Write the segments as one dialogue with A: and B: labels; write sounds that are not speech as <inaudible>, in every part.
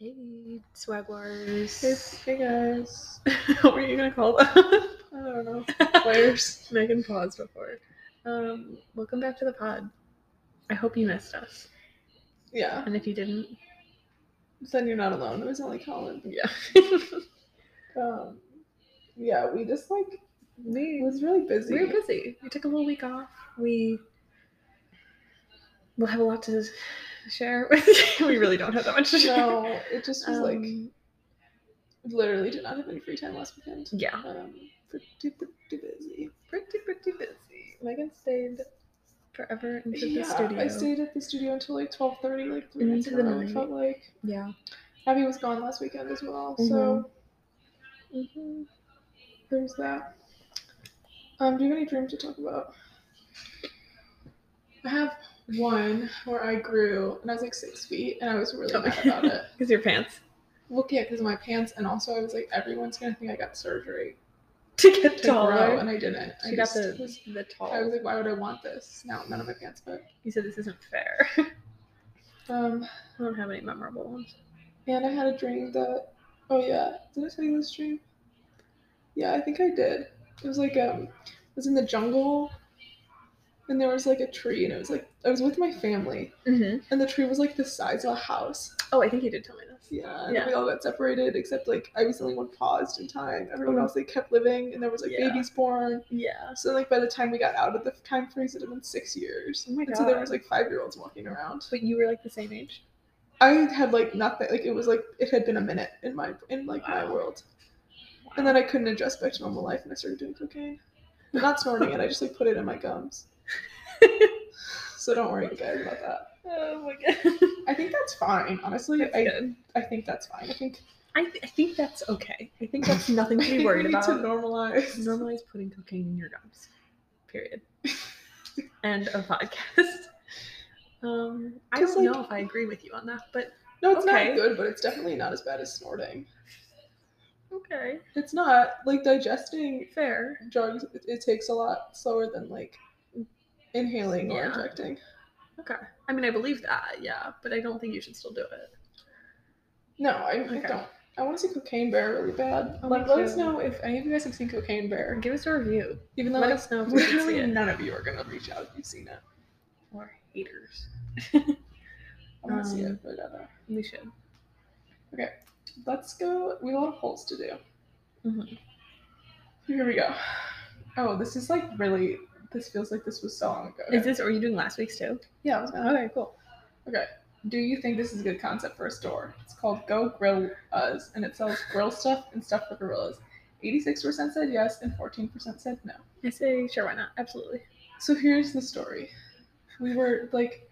A: Hey,
B: Hey,
A: Swagwars.
B: hey guys. <laughs> what were you gonna call them? <laughs> I
A: <laughs>
B: don't know. Players. Megan paused before. Um, welcome back to the pod. I hope you missed us. Yeah.
A: And if you didn't,
B: Then you're not alone. It was only Colin.
A: <laughs>
B: Yeah. um, yeah, we just like we was really busy.
A: we were busy. We took a little week off. We will have a lot to share with <laughs> you. We really don't have that much to share.
B: <laughs> No, it just was
A: <laughs>
B: like
A: Um,
B: literally did not have any free time last weekend.
A: yeah.
B: Um, pretty pretty busy.
A: Pretty, pretty busy. Megan stayed forever into
B: yeah,
A: the studio.
B: I stayed at the studio until like twelve thirty, like three nights
A: Into
B: in a
A: the
B: row. I
A: night.
B: felt like
A: Yeah.
B: Abby was gone last weekend as well,
A: Mm-hmm.
B: so mhm, there's that. Um, do you have any dreams to talk about? I have one where I grew and I was like six feet and I was really
A: Oh.
B: mad
A: <laughs>
B: about it.
A: Because your pants.
B: Well, yeah, because of my pants and also I was like, everyone's gonna think I got surgery
A: To get
B: to grow, and I didn't. I
A: She got
B: just
A: the,
B: was-
A: the tall.
B: I was like, why would I want this? Now none of my pants fit.
A: you said this isn't fair. <laughs> I
B: Um,
A: don't have any memorable ones.
B: and I had a dream that, oh yeah, did I tell you this dream? Yeah, I think I did. It was like um, it was in the jungle, and there was like a tree, and it was like I was with my family,
A: Mm-hmm.
B: and the tree was like the size of a house.
A: Oh, I think you did tell me this.
B: Yeah, and
A: Yeah.
B: we all got separated except like I was the only one paused in time. Everyone else they kept living, and there was like
A: Mm-hmm. Yeah.
B: babies born.
A: Yeah.
B: So like by the time we got out of the time freeze, it had been six years.
A: Oh my
B: And so there
A: God.
B: was like five year olds walking around.
A: But you were like the same age.
B: I had like nothing. Like it was like it had been a minute in my in like my
A: Wow.
B: world, and then I couldn't adjust back to normal life, and I started doing cocaine, but not snorting it. I just like put it in my gums. so don't worry, guys, about that.
A: Oh my <laughs> god.
B: I think that's fine. Honestly,
A: That's
B: I
A: good.
B: I think that's fine. I think
A: I, th- I think that's okay. I think that's nothing
B: <laughs> I
A: to
B: think
A: be worried
B: we need
A: about.
B: to normalize.
A: Normalize putting cocaine in your gums. Period. <laughs> End of podcast. Um, I
B: 'Cause,
A: don't
B: like-
A: know if I agree with you on that, but
B: no, it's
A: Okay.
B: not good, but it's definitely not as bad as snorting.
A: okay,
B: It's not like digesting
A: fair.
B: drugs. It, it takes a lot slower than like inhaling or
A: Yeah.
B: injecting.
A: Okay. I mean, I believe that, yeah, but I don't think you should still do it.
B: No, I, I
A: Okay.
B: don't. I want to see Cocaine Bear really bad.
A: Oh,
B: like,
A: me
B: let us
A: too.
B: know if any of you guys have seen Cocaine Bear.
A: Give us a review.
B: Even though
A: Let
B: like,
A: us know if we can see
B: literally
A: it.
B: none of you are gonna reach out if you've seen it.
A: Or haters.
B: I want to see
A: Um,
B: it, but I don't know.
A: We should.
B: Let's go. We have a lot of polls to do.
A: Mhm.
B: Here we go. Oh, this is like really. This feels like this was so long ago.
A: Is this? Are you doing last week's too?
B: Yeah, I was gonna.
A: Okay, cool.
B: Do you think this is a good concept for a store? It's called Go Grill Us, and it sells grill stuff and stuff for gorillas. Eighty-six percent said yes, and fourteen percent said no.
A: I say sure. Why not? Absolutely.
B: So here's the story. We were like,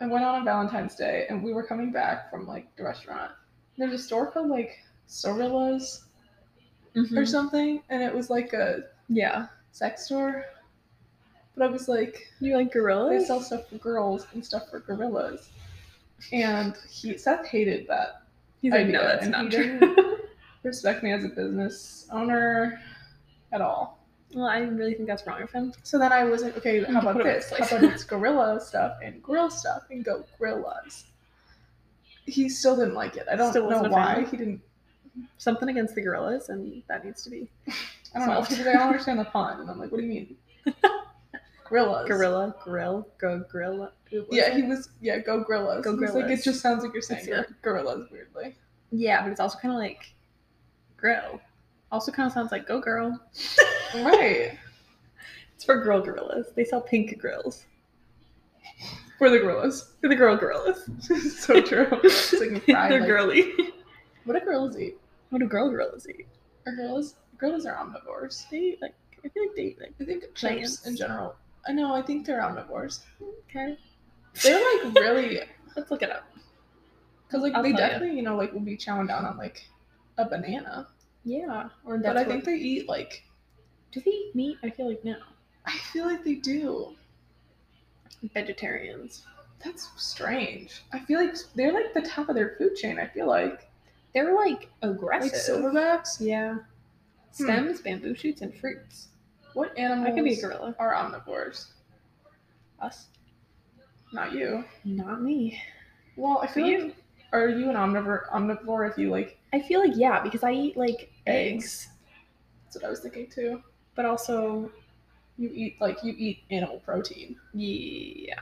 B: I went out on Valentine's Day and we were coming back from like the restaurant. There's a store called like Sorillas or
A: Mhm.
B: something, and it was like a
A: Yeah.
B: sex store. But I was like,
A: You like gorillas?
B: they sell stuff for girls and stuff for gorillas. And he Seth hated that.
A: He's like,
B: idea,
A: no, that's
B: and he
A: not true.
B: didn't
A: <laughs>
B: respect me as a business owner at all.
A: well, I really think that's wrong of him.
B: So then I wasn't okay. How
A: You
B: about
A: put it in
B: this? How
A: place.
B: about
A: <laughs>
B: it's gorilla stuff and grill stuff and go gorillas? He still didn't like it. I don't
A: Still
B: know
A: wasn't a
B: why
A: fan.
B: he didn't.
A: Something against the gorillas, and that needs to be
B: I don't know.
A: Solved.
B: He's like, I don't understand the pun, and I'm like, what do
A: <laughs>
B: you mean? gorillas.
A: gorilla, grill, go gorilla. What was
B: Yeah,
A: it?
B: he was. Yeah, go gorillas.
A: Go
B: He's like
A: gorillas.
B: it just sounds like you're saying
A: That's it.
B: gor- gorillas weirdly.
A: yeah, but it's also kind of like grill. Also, kind of sounds like go girl.
B: right
A: It's for girl gorillas. They sell pink grills
B: for the gorillas. <laughs>
A: for the girl gorillas. <laughs>
B: so true. It's like fried,
A: They're
B: like-
A: girly. <laughs>
B: What do gorillas eat?
A: What do girl gorillas eat?
B: Are gorillas gorillas are omnivores.
A: They eat, like I feel like they eat like
B: I think
A: Plants.
B: chimps in general. I know. I think they're omnivores.
A: okay.
B: They're like really
A: Let's look it up.
B: Because like
A: I'll
B: they
A: tell ya.
B: definitely, you know, like will be chowing down on like a banana.
A: Yeah, or
B: but I
A: that's
B: think
A: what-
B: they eat like
A: do they eat meat? I feel like no.
B: I feel like they do.
A: Vegetarians.
B: That's strange. I feel like they're like the top of their food chain, I feel like.
A: They're like
B: Like
A: aggressive. Hmm.
B: silverbacks.
A: Yeah. Stems, bamboo shoots, and fruits.
B: What animals
A: I can be a gorilla.
B: are omnivores?
A: Us?
B: Not you.
A: Not me.
B: Well, I feel
A: you.
B: like Are you an omnivore? Omnivore if you like
A: I feel like yeah, because I eat like eggs,
B: That's what I was thinking too.
A: but also
B: You eat like you eat animal protein
A: yeah,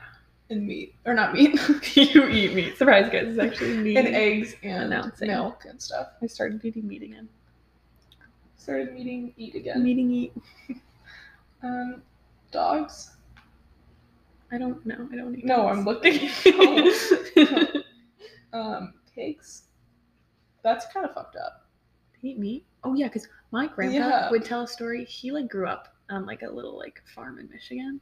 B: and meat, or not meat,
A: <laughs>
B: <laughs>
A: you eat meat. Surprise, guys! It's actually meat.
B: and eggs and
A: Announcing.
B: milk and stuff.
A: I started eating meat again.
B: Started meeting eat again.
A: Meeting eat.
B: Um, dogs.
A: I don't know. I don't eat.
B: No,
A: dogs.
B: I'm looking.
A: <laughs> Oh.
B: um, pigs. That's kind of fucked up.
A: Eat meat? Oh yeah, because my grandpa
B: Yeah.
A: would tell a story. He like grew up on like a little like farm in Michigan,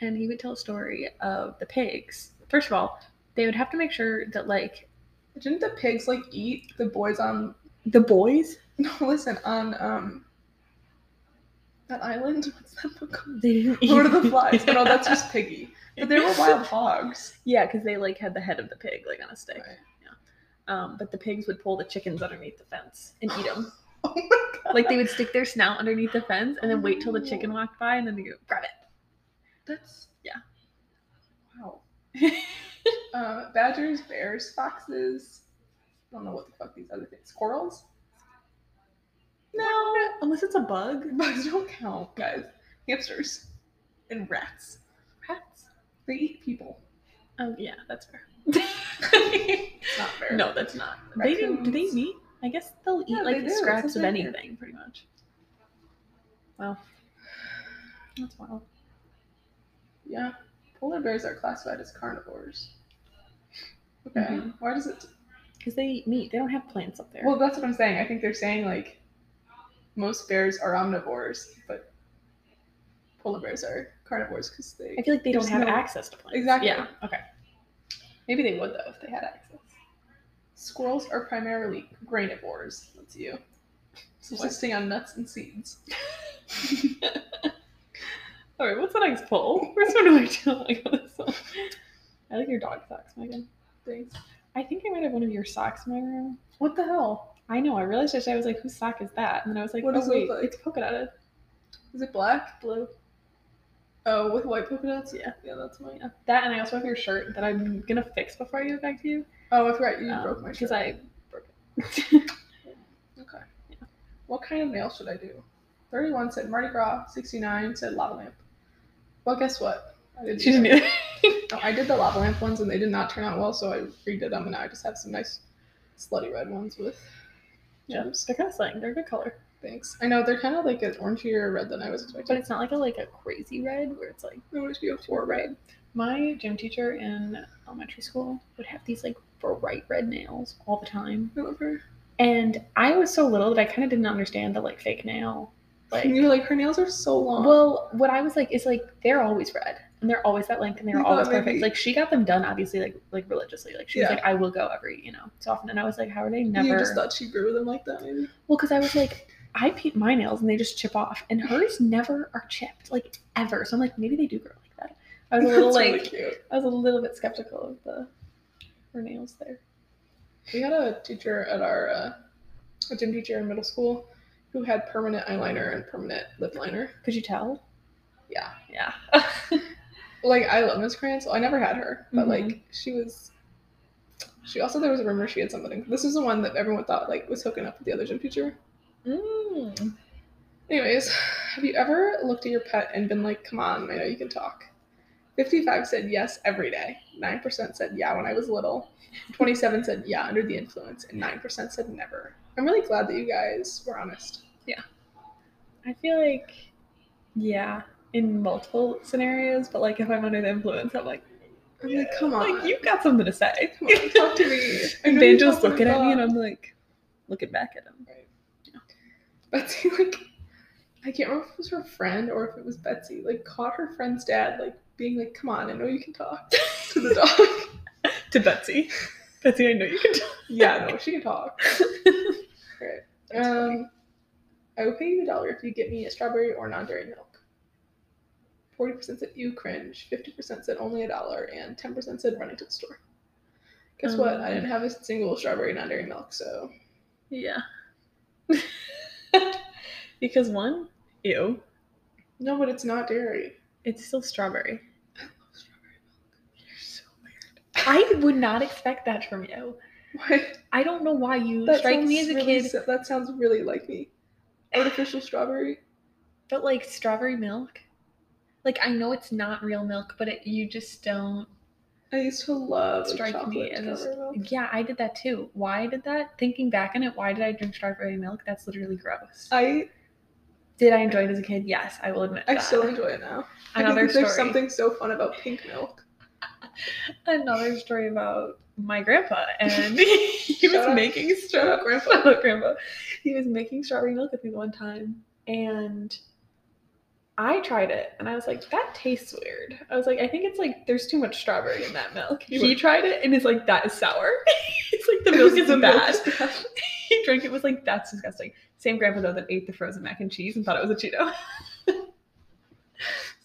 A: and he would tell a story of the pigs. First of all, they would have to make sure that like
B: Didn't the pigs like eat the boys on? <laughs>
A: the boys
B: No, listen on um. That island. <laughs> What's that book called?
A: they didn't eat.
B: Lord of
A: <laughs>
B: the Flies. But no, that's just Piggy. But they were wild hogs.
A: Yeah, because they like had the head of the pig like on a stick.
B: Right.
A: Um, but the pigs would pull the chickens underneath the fence and eat them.
B: <laughs> Oh my god. Oh.
A: like they would stick their snout underneath the fence and then wait till the chicken walked by and then they go grab it.
B: That's
A: Yeah.
B: Wow. uh, badgers, bears, foxes. I don't know what the fuck these other things. Squirrels. <laughs> <laughs> No,
A: <laughs> Unless it's a bug.
B: bugs don't count, guys. Hamsters and rats.
A: Rats.
B: They eat people.
A: Oh yeah, that's fair.
B: <laughs> It's not fair.
A: no, that's not. They do. Do they
B: Raccoons.
A: meet? I guess they'll eat
B: Yeah, they
A: like
B: do. It's
A: scraps
B: a
A: of
B: thing.
A: anything, pretty much. Wow, that's wild.
B: Yeah. Polar bears are classified as carnivores. Okay.
A: Mhm.
B: Why does it?
A: Because they eat meat. They don't have plants up there.
B: Well, that's what I'm saying. I think they're saying like most bears are omnivores, but polar bears are carnivores because they
A: I feel like they don't
B: there's
A: have
B: no-
A: access to plants.
B: Exactly.
A: Yeah. Okay.
B: maybe they would though if they had access. Squirrels are primarily granivores. That's you. Subsisting on nuts and seeds.
A: All right. What's the next poll? <laughs> We're sort of like chilling on this one. I like your dog socks, Megan.
B: Thanks.
A: I think I might have one of your socks in my room.
B: What the hell?
A: I know. I realized yesterday I was like, whose sock is that? And then I was like,
B: What
A: oh
B: does it
A: wait,
B: look like?
A: it's polka dotted.
B: Is it black?
A: Blue.
B: Oh, with white polka dots.
A: Yeah.
B: Yeah, that's mine.
A: Yeah. That and I also have your shirt that I'm gonna fix before I give it back to you.
B: Oh, I forgot <laughs> you
A: Um,
B: broke my shirt.
A: Because I broke it.
B: Okay. What kind of nail should I do? 31 said Mardi Gras, 69 said lava lamp. Well, guess what? I didn't
A: <laughs> She's
B: do
A: new.
B: that. No, I did the lava lamp ones and they did not turn out well, so I redid them and now I just have some nice slutty red ones with
A: Yeah.
B: gems.
A: They're kind of slang. They're a good color,
B: Thanks. I know they're kind of like an orangier red than I was
A: but
B: expecting.
A: it's not like a like a crazy red where it's like.
B: It would be a four red.
A: My gym teacher in elementary school would have these like bright red nails all the time,
B: I love her.
A: and I was so little that I kind of didn't understand the like fake nail. Like, <laughs>
B: And you're like, her nails are so long.
A: well, what I was like is like they're always red and they're always that length and <laughs>
B: You
A: they're
B: thought
A: always perfect.
B: maybe-
A: Like she got them done obviously like like religiously. Like she was
B: Yeah.
A: like, I will go every you know so often, and I was like, how are they never?
B: you just thought she grew them like that, maybe?
A: Well, because I was like, I paint my nails and they just chip off, and hers never are chipped, like ever. So I'm like, maybe they do grow like that. I
B: <laughs>
A: was a little
B: That's
A: like,
B: really cute.
A: I was a little bit skeptical of the her nails there.
B: We had a teacher at our uh, a gym teacher in middle school who had permanent eyeliner and permanent lip liner.
A: Could you tell?
B: Yeah,
A: Yeah.
B: like I love Miss Crandall. I never had her, but
A: Mhm.
B: like she was. She also there was a rumor she had something. This is the one that everyone thought like was hooking up with the other gym teacher.
A: mm.
B: Anyways, have you ever looked at your pet and been like, "Come on, I know you can talk." Fifty-five said yes every day. Nine percent said yeah when I was little. Twenty-seven said yeah under the influence, and nine percent said never. I'm really glad that you guys were honest.
A: I feel like, yeah, in multiple scenarios, but like if I'm under the influence, I'm like,
B: I'm like, come on.
A: like you've got something to say. <laughs>
B: Come on, talk to me. I
A: And
B: know you
A: Banjo's
B: talk to
A: looking at me, and
B: God.
A: I'm like, looking back at him.
B: <laughs> Betsy, like, I can't remember if it was her friend or if it was Betsy, like, caught her friend's dad, like, being like, come on, I know you
A: <laughs>
B: can talk to the dog.
A: To Betsy, <laughs> Betsy, I know you can. Tell.
B: yeah, no, she
A: <laughs>
B: can talk.
A: That's funny.
B: Um, I will pay you a dollar if you get me a strawberry or non dairy milk. 40% said you cringe, 50% said only a dollar, and 10% said running to the store. Guess what? I
A: Um.
B: didn't have a single strawberry non dairy milk, so <laughs>
A: Yeah. because one, ew,
B: No, but it's not dairy.
A: it's still strawberry.
B: I love strawberry milk.
A: You're so weird. I would not expect that from you.
B: Why?
A: I don't know why you strike me as a
B: really
A: kid,
B: si- that sounds really like me. Artificial strawberry.
A: but like strawberry milk. Like I know it's not real milk, but it, you just don't.
B: I used to love like,
A: Strike me
B: Oh, chocolate
A: as-
B: strawberry milk.
A: Yeah, I did that too. Why I did that? Thinking back on it, why did I drink strawberry milk? That's literally gross.
B: I
A: did I enjoy it as a kid? Yes, I will admit.
B: Uh, I
A: that.
B: still enjoy it now. I
A: another
B: think that
A: story.
B: there's something so fun about pink milk.
A: Another story about my grandpa,
B: <laughs>
A: and he was
B: Shut up.
A: making
B: Shut up,
A: <laughs>
B: grandpa.
A: Hello, Grandpa. He was making strawberry milk with me one time, and I tried it, and I was like, "That tastes weird." I was like, "I think it's like there's too much strawberry in that milk."
B: You
A: he
B: were-
A: tried it, and is like, "That is sour." <laughs> He's like, "The milk is
B: <laughs> The milk
A: bad."
B: is bad.
A: <laughs> he drank it was like, "That's disgusting." Same grandpa though that ate the frozen mac and cheese and thought it was a Cheeto. <laughs>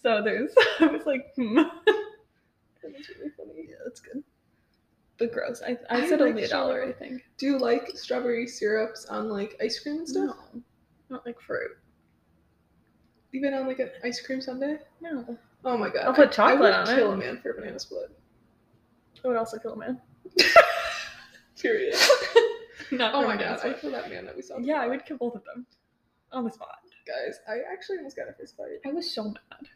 A: so there's, <laughs> I was like, hmm.
B: That was really funny.
A: yeah, that's good, but gross. I, I <laughs>
B: I
A: said
B: like
A: only a dollar, I think.
B: Do you like strawberry syrups on like ice cream and stuff?
A: No, not like fruit.
B: Even on like an ice cream sundae?
A: No.
B: Oh my god.
A: I'll put
B: I-
A: chocolate
B: I
A: on
B: would
A: it.
B: kill a man for a banana split.
A: It would also kill a
B: <laughs>
A: man. <laughs>
B: Period.
A: Not
B: oh my god. I feel that man that we saw.
A: yeah, I
B: before.
A: would kill both of them on the spot.
B: Guys, I actually almost got a fist fight.
A: I was so mad,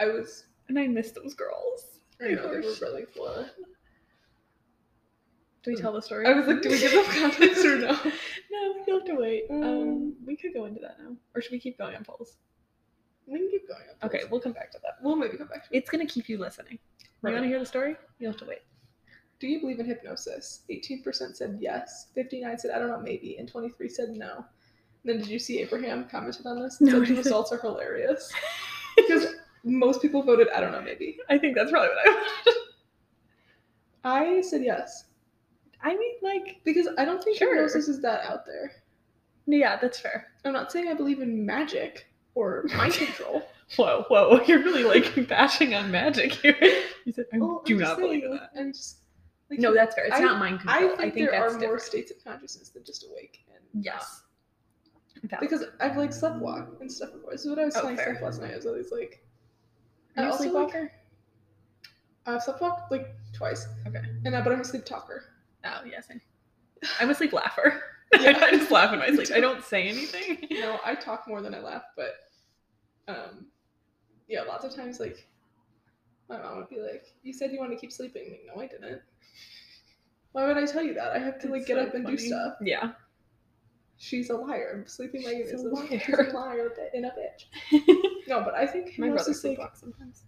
B: I was.
A: and I miss those girls.
B: I know, they
A: They
B: were
A: were
B: really fun.
A: Do we tell the story?
B: I was like, do
A: <laughs>
B: we give them context or no?
A: no, you'll have to wait. Um,
B: Um,
A: we could go into that now, or should we keep going on polls?
B: <laughs> We can keep going. on
A: Okay,
B: this.
A: we'll come back to that.
B: We'll maybe come back to it.
A: It's gonna keep you listening.
B: Right.
A: You want to hear the story? You'll have to wait.
B: Do you believe in hypnosis? 18% said yes, 59 said I don't know, maybe, and 23 said no. And then did you see Abraham commented on this? and
A: No,
B: said
A: what
B: The
A: is it?
B: results are hilarious. <laughs> Because most people voted I don't know, maybe.
A: I think that's probably what I.
B: I said yes.
A: <laughs> I mean, like,
B: Because I don't think
A: Sure.
B: hypnosis is that out there.
A: yeah, that's fair.
B: I'm not saying I believe in magic or mind <laughs> control.
A: Whoa, whoa, <laughs> you're really like bashing on magic
B: <laughs>
A: here. You said I
B: Well, I'm
A: do
B: just
A: not believe
B: saying,
A: in that.
B: I'm just like,
A: No, that's fair. It's
B: I-
A: not mind control.
B: I think, there
A: that's
B: are more
A: different.
B: states of consciousness than just awake and uh,
A: Yes. Valid.
B: because I've like sleptwalked and stuff before. This is what I was
A: Oh,
B: telling
A: fair.
B: stuff last night. I was always like,
A: Are
B: I
A: you a
B: also, like-
A: sleepwalker?
B: I've sleptwalked like twice.
A: Okay.
B: And I, but I'm a sleep talker.
A: Oh yeah,
B: <laughs>
A: same. I'm a sleep laugher.
B: Yeah.
A: <laughs> I just laugh in
B: <laughs>
A: my sleep. I don't say anything.
B: No, I talk more than I laugh, but um, yeah, lots of times like my mom would be like, "You said you want to keep sleeping." Like, no, I didn't. Why would I tell you that? I have to like
A: It's
B: get
A: so
B: up and do
A: funny.
B: stuff.
A: Yeah.
B: <laughs>
A: <laughs>
B: She's a liar. I'm sleeping like
A: She's
B: is
A: a
B: a liar. She's
A: liar.
B: a liar and a bitch. No, but I think
A: my brother
B: hypnosis, like,
A: sleepwalks sometimes.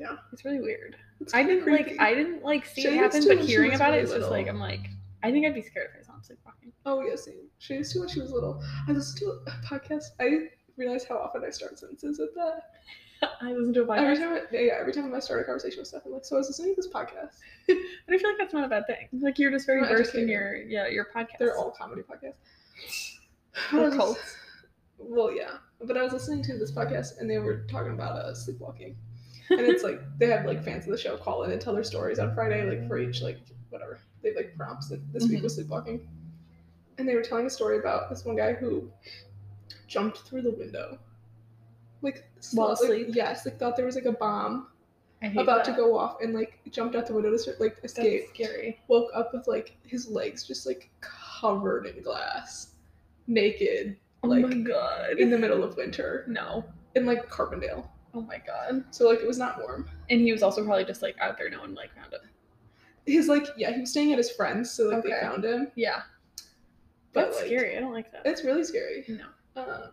B: Yeah.
A: It's really weird.
B: it's
A: I didn't like
B: creepy.
A: I didn't like see
B: Shay
A: it
B: used
A: happen,
B: to
A: but
B: when she
A: hearing
B: was
A: about it,
B: really
A: it's just like
B: little.
A: I'm like I think I'd be scared if I saw him sleepwalking. <laughs>
B: Oh yeah, same. She used to when she was little. I listened to a podcast. I realize how often I start sentences with that.
A: I listen to a
B: <laughs> Every
A: podcast.
B: time, I, yeah, every time I start a conversation with stuff, I'm like, "So I was listening to this podcast.
A: <laughs> But I feel like that's not a bad thing. Like you're just very
B: Not
A: versed in
B: educated.
A: your yeah, your podcast.
B: They're all comedy podcasts."
A: Or
B: <laughs> I was-
A: cults.
B: Well, yeah, but I was listening to this podcast and they were talking about uh, sleepwalking, and it's like they have like fans of the show call in and tell their stories on Friday, like for each like whatever they have, like prompts. Like, this
A: Mm-hmm.
B: week was sleepwalking, and they were telling a story about this one guy who jumped through the window, like sl-
A: While
B: like,
A: asleep?
B: Yes, like thought there was like a bomb
A: I hate
B: about to
A: that.
B: go off, and like jumped out the window to sort- like
A: That's
B: escape.
A: scary.
B: Woke up with like his legs just like covered in glass, naked,
A: Oh
B: like
A: my god.
B: in the middle of winter
A: No.
B: in like Carbondale.
A: Oh my god.
B: So like it was not warm.
A: And he was also probably just like out there, no one like found him.
B: His like yeah, he was staying at his friend's, so like
A: Okay.
B: they found him.
A: Yeah.
B: But
A: That's
B: like,
A: scary. I don't like that.
B: It's really scary.
A: No.
B: Um,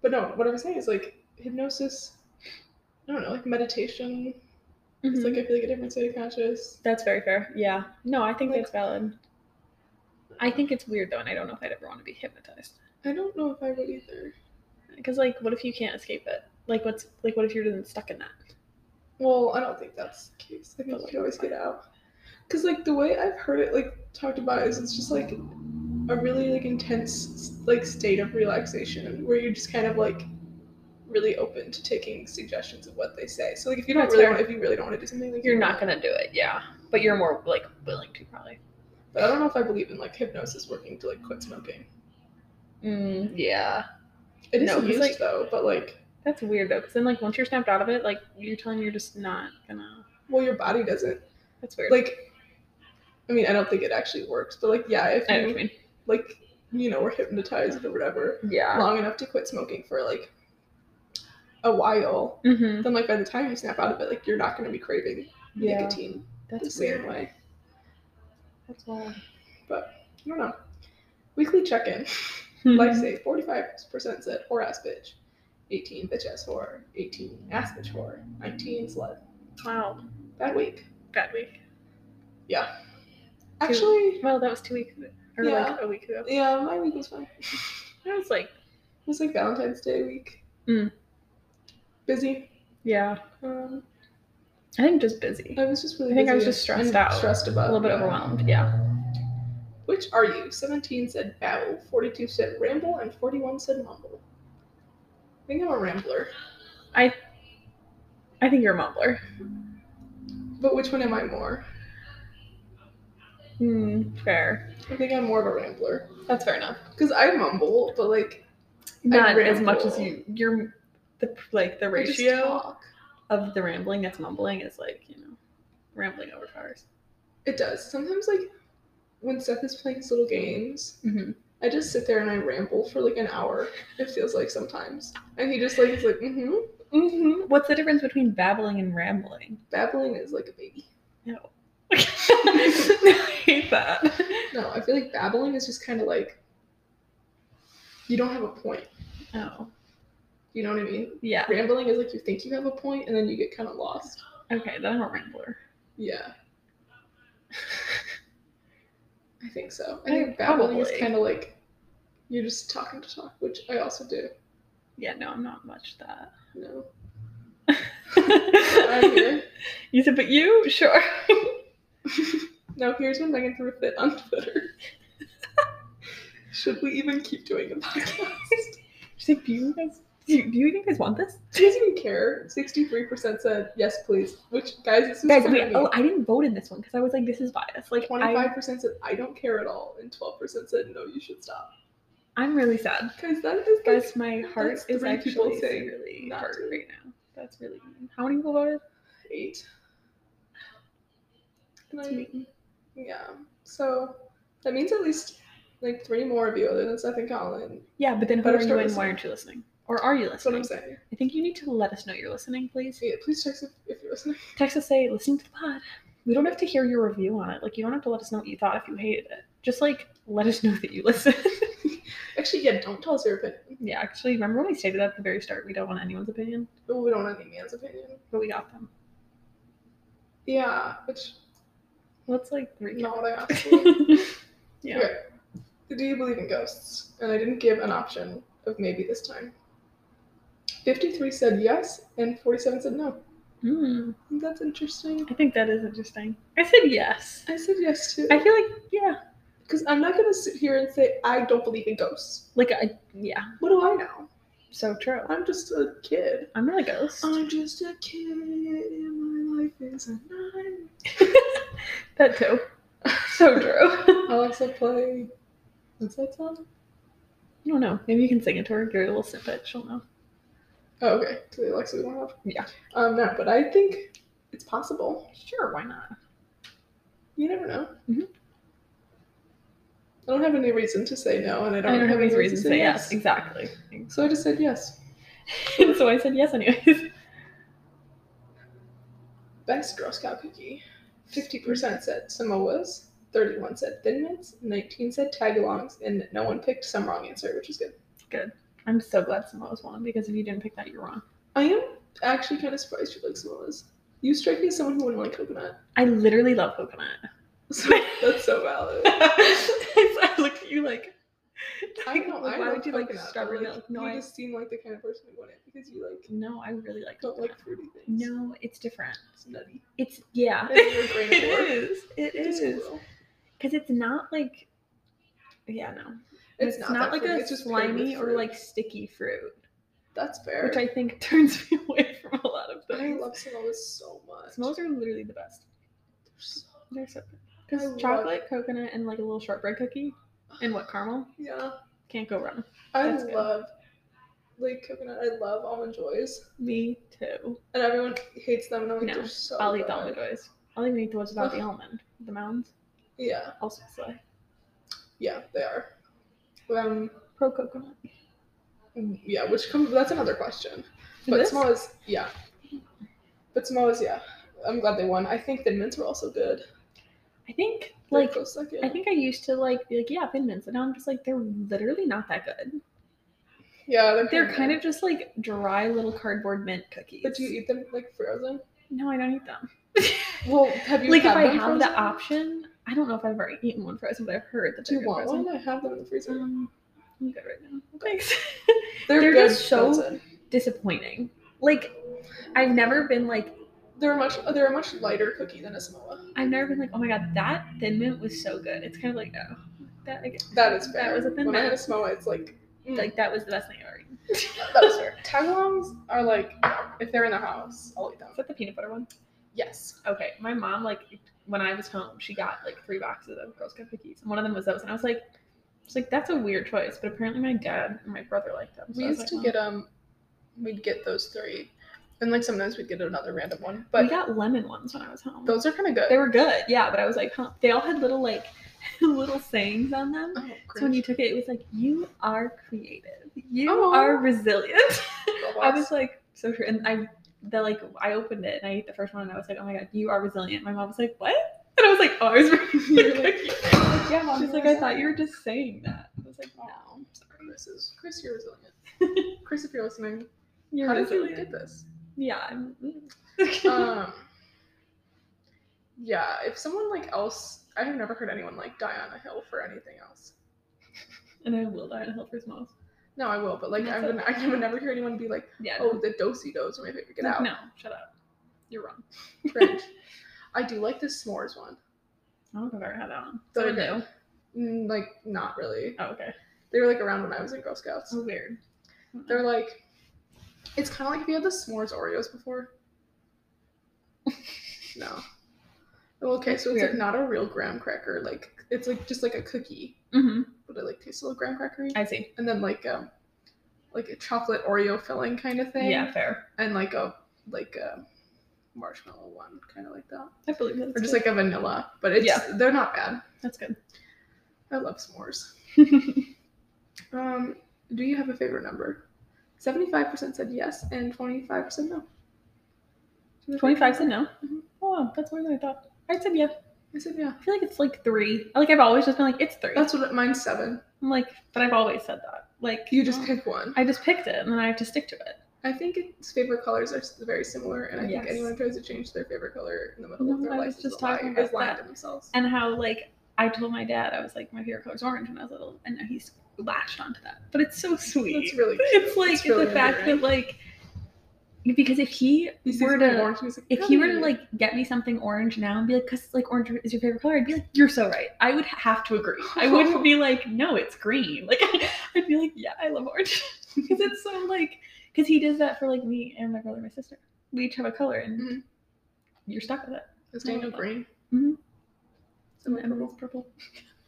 B: but no, what I'm saying is like hypnosis. I don't know, like meditation. It's like I feel like a different state of conscious.
A: Mm-hmm. that's very fair. Yeah. No, I think
B: Like-
A: that's valid. I think it's weird though, and I don't know if I'd ever want to be hypnotized.
B: I don't know if I would either.
A: Because like, what if you can't escape it? Like, what's like, what if you're then stuck in that?
B: Well, I don't think that's the case. I
A: But,
B: think you
A: like,
B: could always get out. Cause like the way I've heard it like talked about is it's just like a really like intense like state of relaxation where you're just kind of like really open to taking suggestions of what they say. So like if you don't
A: That's
B: really
A: fair.
B: want if you really don't want to do something like
A: You're not gonna do it. Yeah. But you're more like willing to probably.
B: But I don't know if I believe in like hypnosis working to like quit smoking.
A: Mm, yeah.
B: It is
A: No, 'cause,
B: used
A: like-
B: though, but like
A: That's weird though, because then like once you're snapped out of it, like you're telling you're just not gonna.
B: well your body doesn't
A: That's weird.
B: like I mean, I don't think it actually works, but like, yeah, if
A: I know what
B: you
A: you mean.
B: like, you know, were hypnotized or whatever
A: Yeah.
B: long enough to quit smoking for like a while,
A: Mm-hmm.
B: then like by the time you snap out of it, like you're not gonna be craving
A: Yeah.
B: nicotine the
A: That's
B: same
A: weird.
B: way.
A: That's wild.
B: I don't know. Weekly check-in.
A: Mm-hmm.
B: Life say 45% said whore ass bitch, 18 bitch ass whore, 18 ass bitch whore, 19 slut.
A: Wow.
B: Bad week.
A: That week.
B: Actually,
A: Well, that was two weeks ago. Or
B: Yeah.
A: like a week ago.
B: yeah, my week was fine.
A: I was like,
B: It was like Valentine's Day week.
A: Mm.
B: Busy.
A: yeah.
B: Um,
A: I think just busy.
B: I was just really.
A: I think I was
B: busy
A: just stressed
B: and
A: out.
B: Stressed about
A: A little bit
B: yeah.
A: overwhelmed. Yeah.
B: Which are you? Seventeen said babble, forty-two said ramble, and forty-one said mumble. I think I'm a rambler.
A: I think you're a mumbler.
B: But which one am I more?
A: Hmm. fair.
B: I think I'm more of a rambler
A: That's fair enough.
B: because I mumble, but like
A: Not as much as
B: ramble.
A: you. You're the like the
B: I just
A: ratio
B: talk.
A: of the rambling that's mumbling is like you know, rambling overpowers.
B: It does. Sometimes, like, when Seth is playing his little games,
A: Mm-hmm.
B: I just sit there and I ramble for like an hour, it feels like sometimes. And he just, like, is like, mm hmm, mm hmm.
A: What's the difference between babbling and rambling?
B: Babbling is like a baby.
A: <laughs> I hate that. <laughs>
B: No, I feel like babbling is just kind of like, you don't have a point.
A: Oh,
B: You know what I mean?
A: yeah.
B: Rambling is like you think you have a point and then you get kind of lost.
A: Okay, then I'm a rambler.
B: Yeah. <laughs> I think so. I
A: I-
B: think babbling
A: probably.
B: is kind of like you're just talking to talk, which I also do.
A: Yeah, no, I'm not much that.
B: No. I'm here.
A: <laughs> you said, but you? Sure.
B: Now here's when Megan threw a fit on Twitter. Should we even keep doing a podcast?
A: She's like, do you guys, do you, do you guys want this?
B: She doesn't even care. Sixty-three percent said yes, please. Which guys, this is
A: Guys, wait, oh, I didn't vote in this one because I was like, this is biased. Like, I,
B: Twenty-five percent said I don't care at all, and twelve percent said no, you should stop.
A: I'm really sad.
B: Guys, that is like,
A: Guys, my heart
B: that's
A: is
B: three people
A: actually
B: saying
A: really
B: not
A: hurt
B: to.
A: right now. That's really mean. How many people voted?
B: eight. Can
A: That's
B: I-
A: mean.
B: yeah. So that means at least like three more of you, other than Seth and Colin.
A: Yeah, but then who
B: Better
A: are you
B: start
A: and why
B: listening.
A: aren't you listening? Or are you
B: That's what I'm
A: listening?
B: saying.
A: I think you need to let us know you're listening, please.
B: Yeah, please text if, if you're listening.
A: Text us, say, listening to the pod. We don't have to hear your review on it. Like, you don't have to let us know what you thought if you hated it. Just like, let us <laughs> know that you listened.
B: Actually, yeah, don't tell us your opinion.
A: yeah, actually, remember when we stated at the very start we don't want anyone's opinion,
B: We don't want any man's opinion.
A: but we got them.
B: Yeah, which
A: Let's like
B: is
A: recap.
B: not what I asked for.
A: <laughs> yeah.
B: Okay. Do you believe in ghosts? And I didn't give an option of maybe this time. 53 said yes, and 47 said no.
A: Hmm.
B: That's interesting.
A: I think that is interesting. I said yes.
B: I said yes too.
A: I feel like yeah,
B: Because I'm not going to sit here and say I don't believe in ghosts.
A: like I yeah,
B: What do I know?
A: so true.
B: I'm just a kid.
A: I'm not a ghost.
B: I'm just a kid, and my life is a nightmare.
A: <laughs> that too. so <laughs> true.
B: Oh, I also play. What's that song?
A: I don't know. Maybe you can sing it to her. Give her a little snippet. She'll know.
B: Oh, okay. To the Alexa we don't have?
A: Yeah.
B: Um, no, but I think it's possible.
A: Sure. Why not?
B: You never know.
A: Mhm.
B: I don't have any reason to say no, and I
A: I
B: don't,
A: don't, have any reason
B: reasons
A: to say yes.
B: <laughs>
A: Exactly.
B: So I just said yes.
A: so I said yes <laughs> anyways.
B: Best Girl Scout cookie. 50% said Samoas, 31 said Thin Mints, 19 said Tagalongs, and no one picked some wrong answer, which is good.
A: I'm so glad Samoa's won because if you didn't pick that, you're wrong.
B: I am actually kind of surprised you like Samoas. You strike me as someone who wouldn't like coconut. <laughs>
A: I literally love coconut. <laughs>
B: So that's so valid.
A: I looked at you like.
B: I
A: like,
B: know. I
A: why
B: love
A: would you like
B: coconut, but,
A: strawberry
B: like,
A: milk? No,
B: you
A: I
B: just seem like the kind of person who wouldn't because you like
A: no, I really like
B: don't
A: coconut.
B: like fruity things.
A: No, it's different.
B: it's nutty.
A: It's yeah.
B: And you're a grain
A: <laughs>
B: of
A: it
B: wort.
A: is. It
B: It's
A: is.
B: cool.
A: Because it's not like yeah, no.
B: It's, not, that
A: like
B: fruity,
A: a
B: it's just paired with
A: slimy or
B: fruit.
A: like sticky fruit,
B: that's fair.
A: which I think <laughs> turns me away from a lot of
B: I
A: things.
B: love Samoas so much.
A: S'mores are literally the best.
B: They're so-
A: They're so good.
B: I
A: Because
B: love-
A: chocolate, coconut, and like a little shortbread cookie, and what caramel
B: Yeah,
A: can't go wrong.
B: I
A: That's good.
B: love like coconut. I love almond joys,
A: Me too.
B: and everyone hates them. And I'm like,
A: No,
B: they're so.
A: I'll eat
B: good.
A: the almond joys. I'll even eat the ones without the almond. The mounds.
B: Yeah,
A: Also sly.
B: yeah, they are. Um,
A: Pro coconut.
B: yeah, which comes that's another question. But
A: This?
B: Samoa's yeah. But Samoa's yeah. I'm glad they won. I think the mints were also good.
A: I think
B: They're
A: like
B: close second.
A: I think I used to like be like, yeah, thin mints, and now I'm just like they're literally not that good.
B: yeah, they're,
A: They're kind of just like dry little cardboard mint cookies.
B: But do you eat them like frozen?
A: No, I don't eat them.
B: Well, have you
A: like if
B: had
A: I
B: them
A: have the
B: frozen?
A: option, I don't know if I've ever eaten one frozen, but I've heard that
B: Do
A: they're
B: you
A: good
B: want
A: frozen.
B: one? I have them in the freezer.
A: Um, I'm good right now.
B: <laughs>
A: Thanks.
B: they're
A: they're
B: good
A: just so-
B: frozen.
A: Disappointing. Like I've never been like
B: They're a much they're a much lighter cookie than a Samoa.
A: I've never been like oh my god that thin mint was so good. It's kind of like oh that like,
B: That is fair.
A: That was a thin
B: when I had a
A: mint.
B: Samoa, it's like mm,
A: like that was the best thing I've ever eaten. <laughs>
B: that was fair. Tagalongs are like if they're in the house, I'll eat them.
A: Is that the peanut butter one?
B: Yes.
A: Okay, my mom like when I was home, she got like three boxes of Girl Scout cookies, and one of them was those, and I was like, it's like that's a weird choice, but apparently my dad and my brother liked them. so
B: We
A: I was
B: used to
A: like,
B: get um, we'd get those three, and like sometimes we'd get another random one.
A: "Well." we
B: But
A: got lemon ones when I was home.
B: those are kind of good.
A: They were good, yeah, but I was like, huh. They all had little like <laughs> little sayings on them.
B: oh,
A: So when
B: cringe.
A: you took it, it was like, you are creative, you
B: Oh.
A: are resilient. <laughs>
B: Girl
A: I
B: boss.
A: was like, so true. And I, the like, I opened it and I ate the first one and I was like, oh my god, you are resilient. My mom was like, what? <laughs> And I was like, oh, I was
B: You're
A: really
B: like,
A: like,
B: yeah, Mom,
A: She's like, I
B: you're resilient."
A: thought you were just saying that. I was like, no, I'm sorry.
B: This is Chris. You're
A: <laughs>
B: resilient. Chris, if you're listening,
A: You're
B: how did you
A: resilient.
B: get this?
A: Yeah. I'm, <laughs> mm.
B: um, yeah, if someone like else, I have never heard anyone like die on a hill for anything else.
A: and I will die on a hill for smalls.
B: No, I will, but like I
A: That's
B: would, I would never hear anyone be like,
A: Yeah.
B: "Oh, the dosey dos are my favorite." Get
A: no,
B: out.
A: No, shut up. You're wrong.
B: Cringe. I do like the s'mores one.
A: I don't think I've ever had that one.
B: They're
A: Someone
B: good.
A: knew.
B: Mm, like not really.
A: Oh, okay.
B: They were like around when I was in Girl Scouts.
A: So weird.
B: They're like, it's kind of like if you had the s'mores Oreos
A: <laughs>
B: before. no. Well, okay, so it's like
A: Weird.
B: not a real graham cracker. Like it's like just like a cookie,
A: hmm
B: but it like tastes a little graham crackery,
A: I see.
B: and then like um, like a chocolate Oreo filling kind of thing.
A: Yeah, fair.
B: And like a like a marshmallow one, kind of like that,
A: I believe that.
B: or just like a vanilla. But it's
A: Yeah.
B: they're not bad.
A: that's good.
B: I love s'mores. Um, do you have a favorite number? Seventy-five percent said yes, and twenty-five percent no. <laughs> Do you have a
A: 25
B: favorite
A: said no.
B: Mhm.
A: Oh, that's more than I thought. I said yeah.
B: I said yeah.
A: I feel like it's like three. Like I've always just been like, it's three.
B: That's what mine's seven.
A: I'm like, but I've always said that. Like
B: You just
A: oh.
B: pick one.
A: I just picked it and then I have to stick to it.
B: I think its favorite colors are s- very similar, and I think
A: Yes.
B: anyone who tries to change their favorite color in the middle of
A: No,
B: their
A: I
B: life
A: was
B: is
A: just
B: a lie-
A: talking about
B: is lying
A: that.
B: to themselves.
A: And how like I told my dad I was like my favorite color is orange when I was little, and he's latched onto that. But it's so sweet.
B: That's really cute.
A: it's like
B: really
A: the fact
B: endearing.
A: that like because if he
B: He sees
A: were
B: something
A: to
B: orange, he's like,
A: if he were to
B: "Hey."
A: like get me something orange now and be like, "Cause like orange is your favorite color," I'd be like, "You're so right." I would have to <laughs> agree. I wouldn't be like, "No, it's green." <laughs> Like, I'd be like, "Yeah, I love orange," <laughs> because it's so like, because he does that for like me and my brother, and my sister. We each have a color, and
B: Mhm.
A: you're stuck with it.
B: is Daniel green?
A: Mhm.
B: Is it
A: And
B: purple?
A: Emily's purple.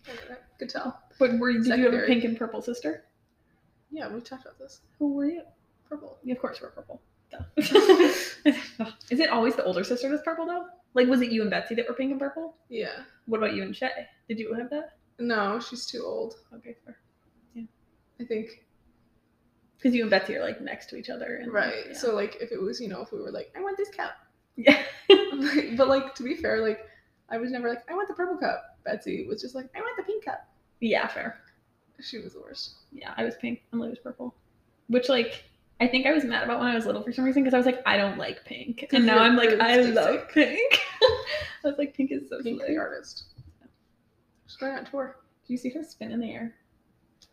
B: Okay, <laughs> Good tell.
A: But were did you have
B: Secondary.
A: a pink and purple sister?
B: Yeah, we talked about this.
A: Who were you?
B: Purple.
A: Yeah, of course, we're purple. <laughs> Duh. is it always the older sister that's purple though? Like, was it you and Betsy that were pink and purple?
B: Yeah.
A: What about you and Shay? Did you have that?
B: No, she's too old.
A: Okay, fair.
B: I think
A: because you and Betsy are like next to each other, and like,
B: Right.
A: yeah.
B: So like if it was, you know, if we were like, I want this cup.
A: <laughs> yeah,
B: <laughs> but like to be fair, like I was never like, I want the purple cup. Betsy was just like, I want the pink cup.
A: yeah, fair.
B: She was the worst.
A: Yeah, I was pink, Emily was purple, which like I think I was mad about when I was little for some reason because I was like, I don't like pink, <laughs> and now
B: you're-
A: I'm like,
B: you're
A: I love
B: lipstick.
A: pink. <laughs> I was like, pink is so
B: Pink
A: slick.
B: the
A: Do
B: artist. She's going on tour.
A: you see her spin in the air?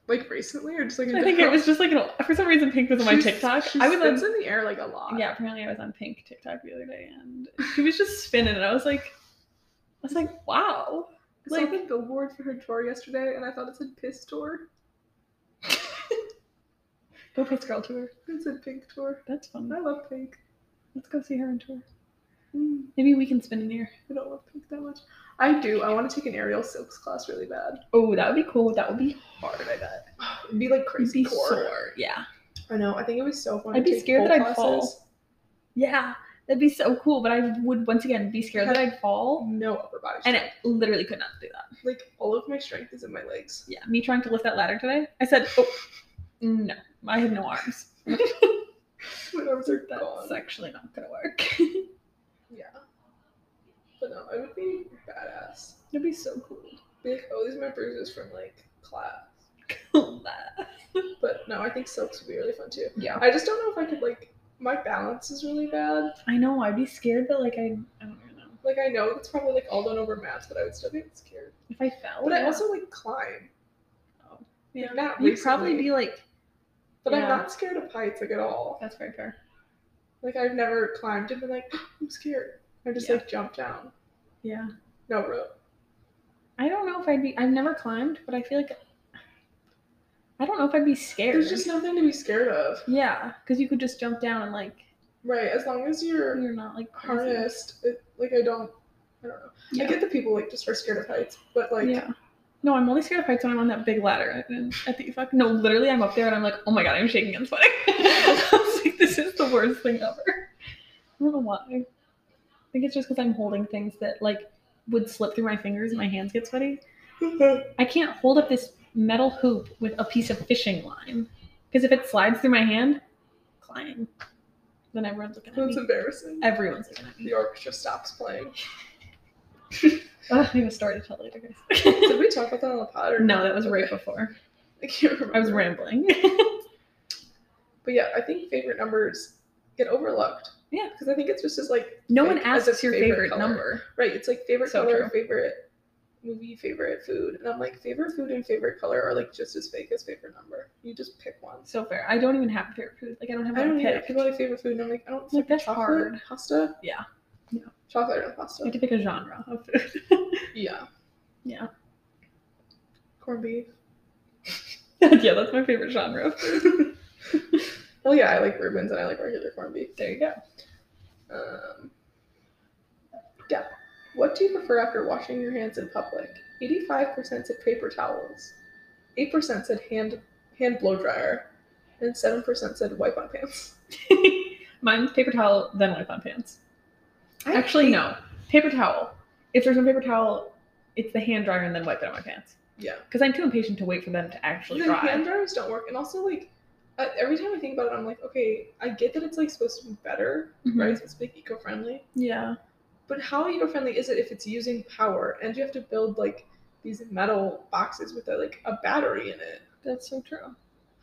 B: Like recently or just like
A: <laughs>
B: in
A: I think it
B: general?
A: was just like an, old- for some reason pink was
B: <laughs>
A: on my
B: She's-
A: TikTok.
B: She
A: I was
B: spins
A: on
B: in the air like a lot.
A: yeah, apparently I was on pink TikTok the other day, and she was just spinning, and I was like, I was like, wow.
B: I saw
A: like-
B: the billboard for her tour yesterday and I thought it said piss tour.
A: Go Piss Girl Tour. Oh.
B: It said pink tour.
A: That's fun.
B: I love pink.
A: Let's go see her on tour.
B: Mm,
A: Maybe we can spin in the air.
B: I don't love pink that much. I do. I want to take an aerial silks class really bad.
A: Oh, that would be cool. That would be hard, I bet.
B: It'd be like
A: It'd
B: crazy
A: be
B: core.
A: sore. Yeah.
B: I know. I think it was so fun.
A: I'd
B: to
A: be
B: take
A: scared
B: pole
A: that I'd fall.
B: classes.
A: Yeah. That'd be so cool, but I would once again be scared that I'd fall.
B: No upper body
A: And
B: strength.
A: I literally could not do that.
B: like all of my strength is in my legs. <laughs>
A: Yeah, me trying to lift that ladder today, I said, oh, no, I have no arms.
B: My arms are gone.
A: That's actually not gonna work. <laughs>
B: Yeah. But no, I would be badass.
A: That'd be so
B: Be like, oh, these are my bruises from like class.
A: cool.
B: But no, I think silks would be really fun too.
A: yeah.
B: I just don't know if I could like my balance is really bad.
A: I know, I'd be scared that like I, I don't really know.
B: Like I know it's probably like all done over mats, but I would still be scared.
A: If I fell,
B: But I
A: Oh, yeah. Oh,
B: also like climb.
A: yeah.
B: not
A: you'd probably
B: recently.
A: be like,
B: But I'm
A: Yeah.
B: not scared of heights like at all.
A: that's very fair.
B: Like I've never climbed and been like, <gasps> I'm scared. I just
A: Yeah.
B: like jump down.
A: Yeah.
B: No rope.
A: I don't know if I'd be. I've never climbed, but I feel like I don't know if I'd be scared.
B: There's just nothing to be scared of.
A: yeah, because you could just jump down and like
B: Right. As long as you're
A: you're not like crazy.
B: harnessed, it, like I don't I don't know.
A: Yeah.
B: Oh, I get the people like just are scared of heights, but like
A: yeah. No, I'm only scared of heights when I'm on that big ladder. And I think fuck. No, literally, I'm up there and I'm like, oh my god, I'm shaking and sweating. <laughs> I was like, this is the worst thing ever. I don't know why. I think it's just because I'm holding things that like would slip through my fingers and my hands get sweaty. I can't hold up this metal hoop with a piece of fishing line because if it slides through my hand, climb. Then everyone's looking at
B: <laughs> that's
A: me.
B: embarrassing.
A: Everyone's looking at me.
B: The orchestra stops playing.
A: <laughs> Ugh, I have a story to tell later, guys. <laughs>
B: Did we talk about that on the pod or
A: no, that was right before.
B: I can't remember.
A: I was rambling. <laughs>
B: But yeah, I think favorite numbers get overlooked.
A: Yeah.
B: Because I think it's just as like
A: no one
B: Like, as
A: asks
B: a
A: your
B: favorite
A: favorite,
B: color.
A: number.
B: right, it's like favorite
A: So
B: color,
A: true.
B: favorite movie, favorite food. And I'm like, favorite food and favorite color are like just as fake as favorite number. You just pick one.
A: So fair. I don't even have a favorite food. Like I don't have
B: I
A: one
B: don't either.
A: pick.
B: People are like favorite food and I'm like, I don't
A: Like, that's
B: chocolate,
A: hard.
B: Pasta?
A: Yeah.
B: Yeah.
A: Yeah.
B: Chocolate and
A: I have
B: pasta.
A: to pick a genre of food. <laughs>
B: Yeah.
A: yeah.
B: Corned beef. <laughs>
A: yeah, that's my favorite genre of food.
B: Well yeah, I like Rubens and I like regular corned beef.
A: there you go.
B: Um, yeah. What do you prefer after washing your hands in public? 85% said paper towels. 8% said hand hand blow dryer. And 7% said wipe on pants.
A: <laughs> Mine's paper towel, then wipe on pants. Actually, no. Paper towel. If there's no paper towel, it's the hand dryer and then wipe it on my pants.
B: Yeah.
A: Because I'm too impatient to wait for them to actually
B: The hand
A: dry.
B: dryers don't work. And also, like, uh, every time I think about it, I'm like, okay, I get that it's, like, supposed to be better,
A: Mhm.
B: right? It's supposed to be eco-friendly.
A: Yeah.
B: But how eco-friendly is it if it's using power and you have to build, like, these metal boxes with, a, like, a battery in it?
A: That's so true.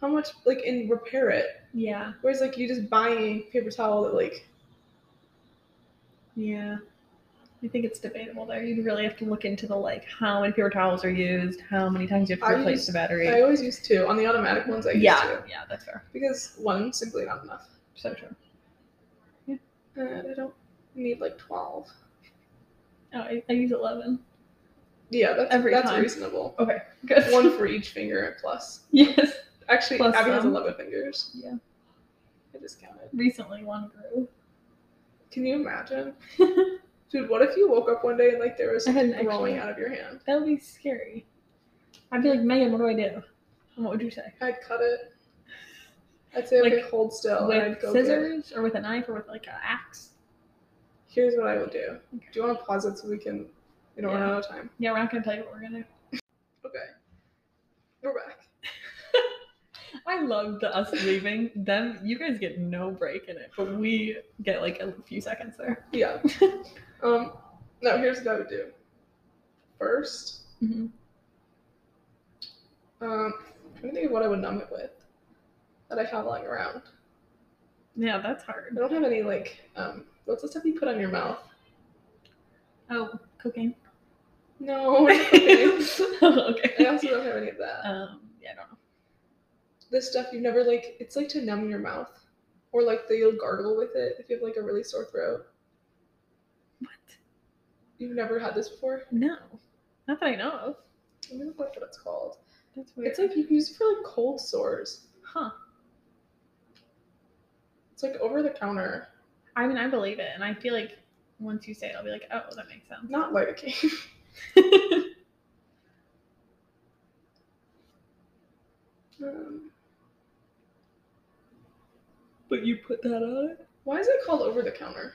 B: How much, like, and repair it?
A: Yeah.
B: Whereas like you just buying paper towel that like
A: Yeah. I think it's debatable there. You'd really have to look into the like how many paper towels are used, how many times you have to
B: I
A: replace
B: use-
A: the battery.
B: I always use two on the automatic ones. I use
A: yeah.
B: two
A: Yeah, that's fair.
B: because one simply not enough,
A: So true.
B: and I don't need like twelve.
A: Oh, I, I use eleven.
B: Yeah, that's
A: Every
B: that's
A: time.
B: reasonable.
A: Okay. Good.
B: one for each finger plus.
A: <laughs> yes.
B: Actually,
A: Plus
B: Abby has
A: some.
B: eleven fingers.
A: Yeah.
B: I just counted.
A: Recently one grew. <laughs>
B: Can you imagine, dude? What if you woke up one day and like there was
A: I had
B: something
A: an
B: growing
A: extra-
B: out of your hand?
A: That would be scary. I'd be like, Megan, what do I do? And what would you say?
B: I'd cut it. I'd say okay,
A: Like,
B: hold still. and I'd
A: with
B: go Get,
A: scissors or with a knife or with like an axe?
B: here's what I would do.
A: Okay.
B: Do you want to pause it so we can? We don't
A: Yeah.
B: run out of time.
A: Yeah, we're not gonna tell you what we're gonna do.
B: Okay. We're back.
A: I love the <laughs> us leaving. Them you guys get no break in it, but we get like a few seconds there.
B: Yeah.
A: <laughs>
B: um, no, here's what I would do. First,
A: Mm-hmm.
B: um, I'm trying to think of what I would numb it with that I have lying around.
A: Yeah, that's
B: I
A: hard.
B: don't have any, like, um, what's the stuff you put on your mouth?
A: Oh, cooking.
B: No.
A: <laughs>
B: <laughs>
A: okay. <laughs>
B: okay. I also don't have any of that.
A: Um, yeah, I don't know.
B: This stuff you've never, like, it's like to numb your mouth. Or, like, that you'll gargle with it if you have, like, a really sore throat.
A: What?
B: You've never had this before?
A: No. Not that I know of.
B: I don't know what it's called.
A: That's weird.
B: It's like you can use it for, like, cold sores.
A: huh.
B: It's, like, over the counter.
A: I mean I believe it and I feel like once you say it I'll be like, oh that makes <laughs> sense.
B: Not lidocaine. <laughs> Um,
A: but you put that on?
B: why is it called over the counter?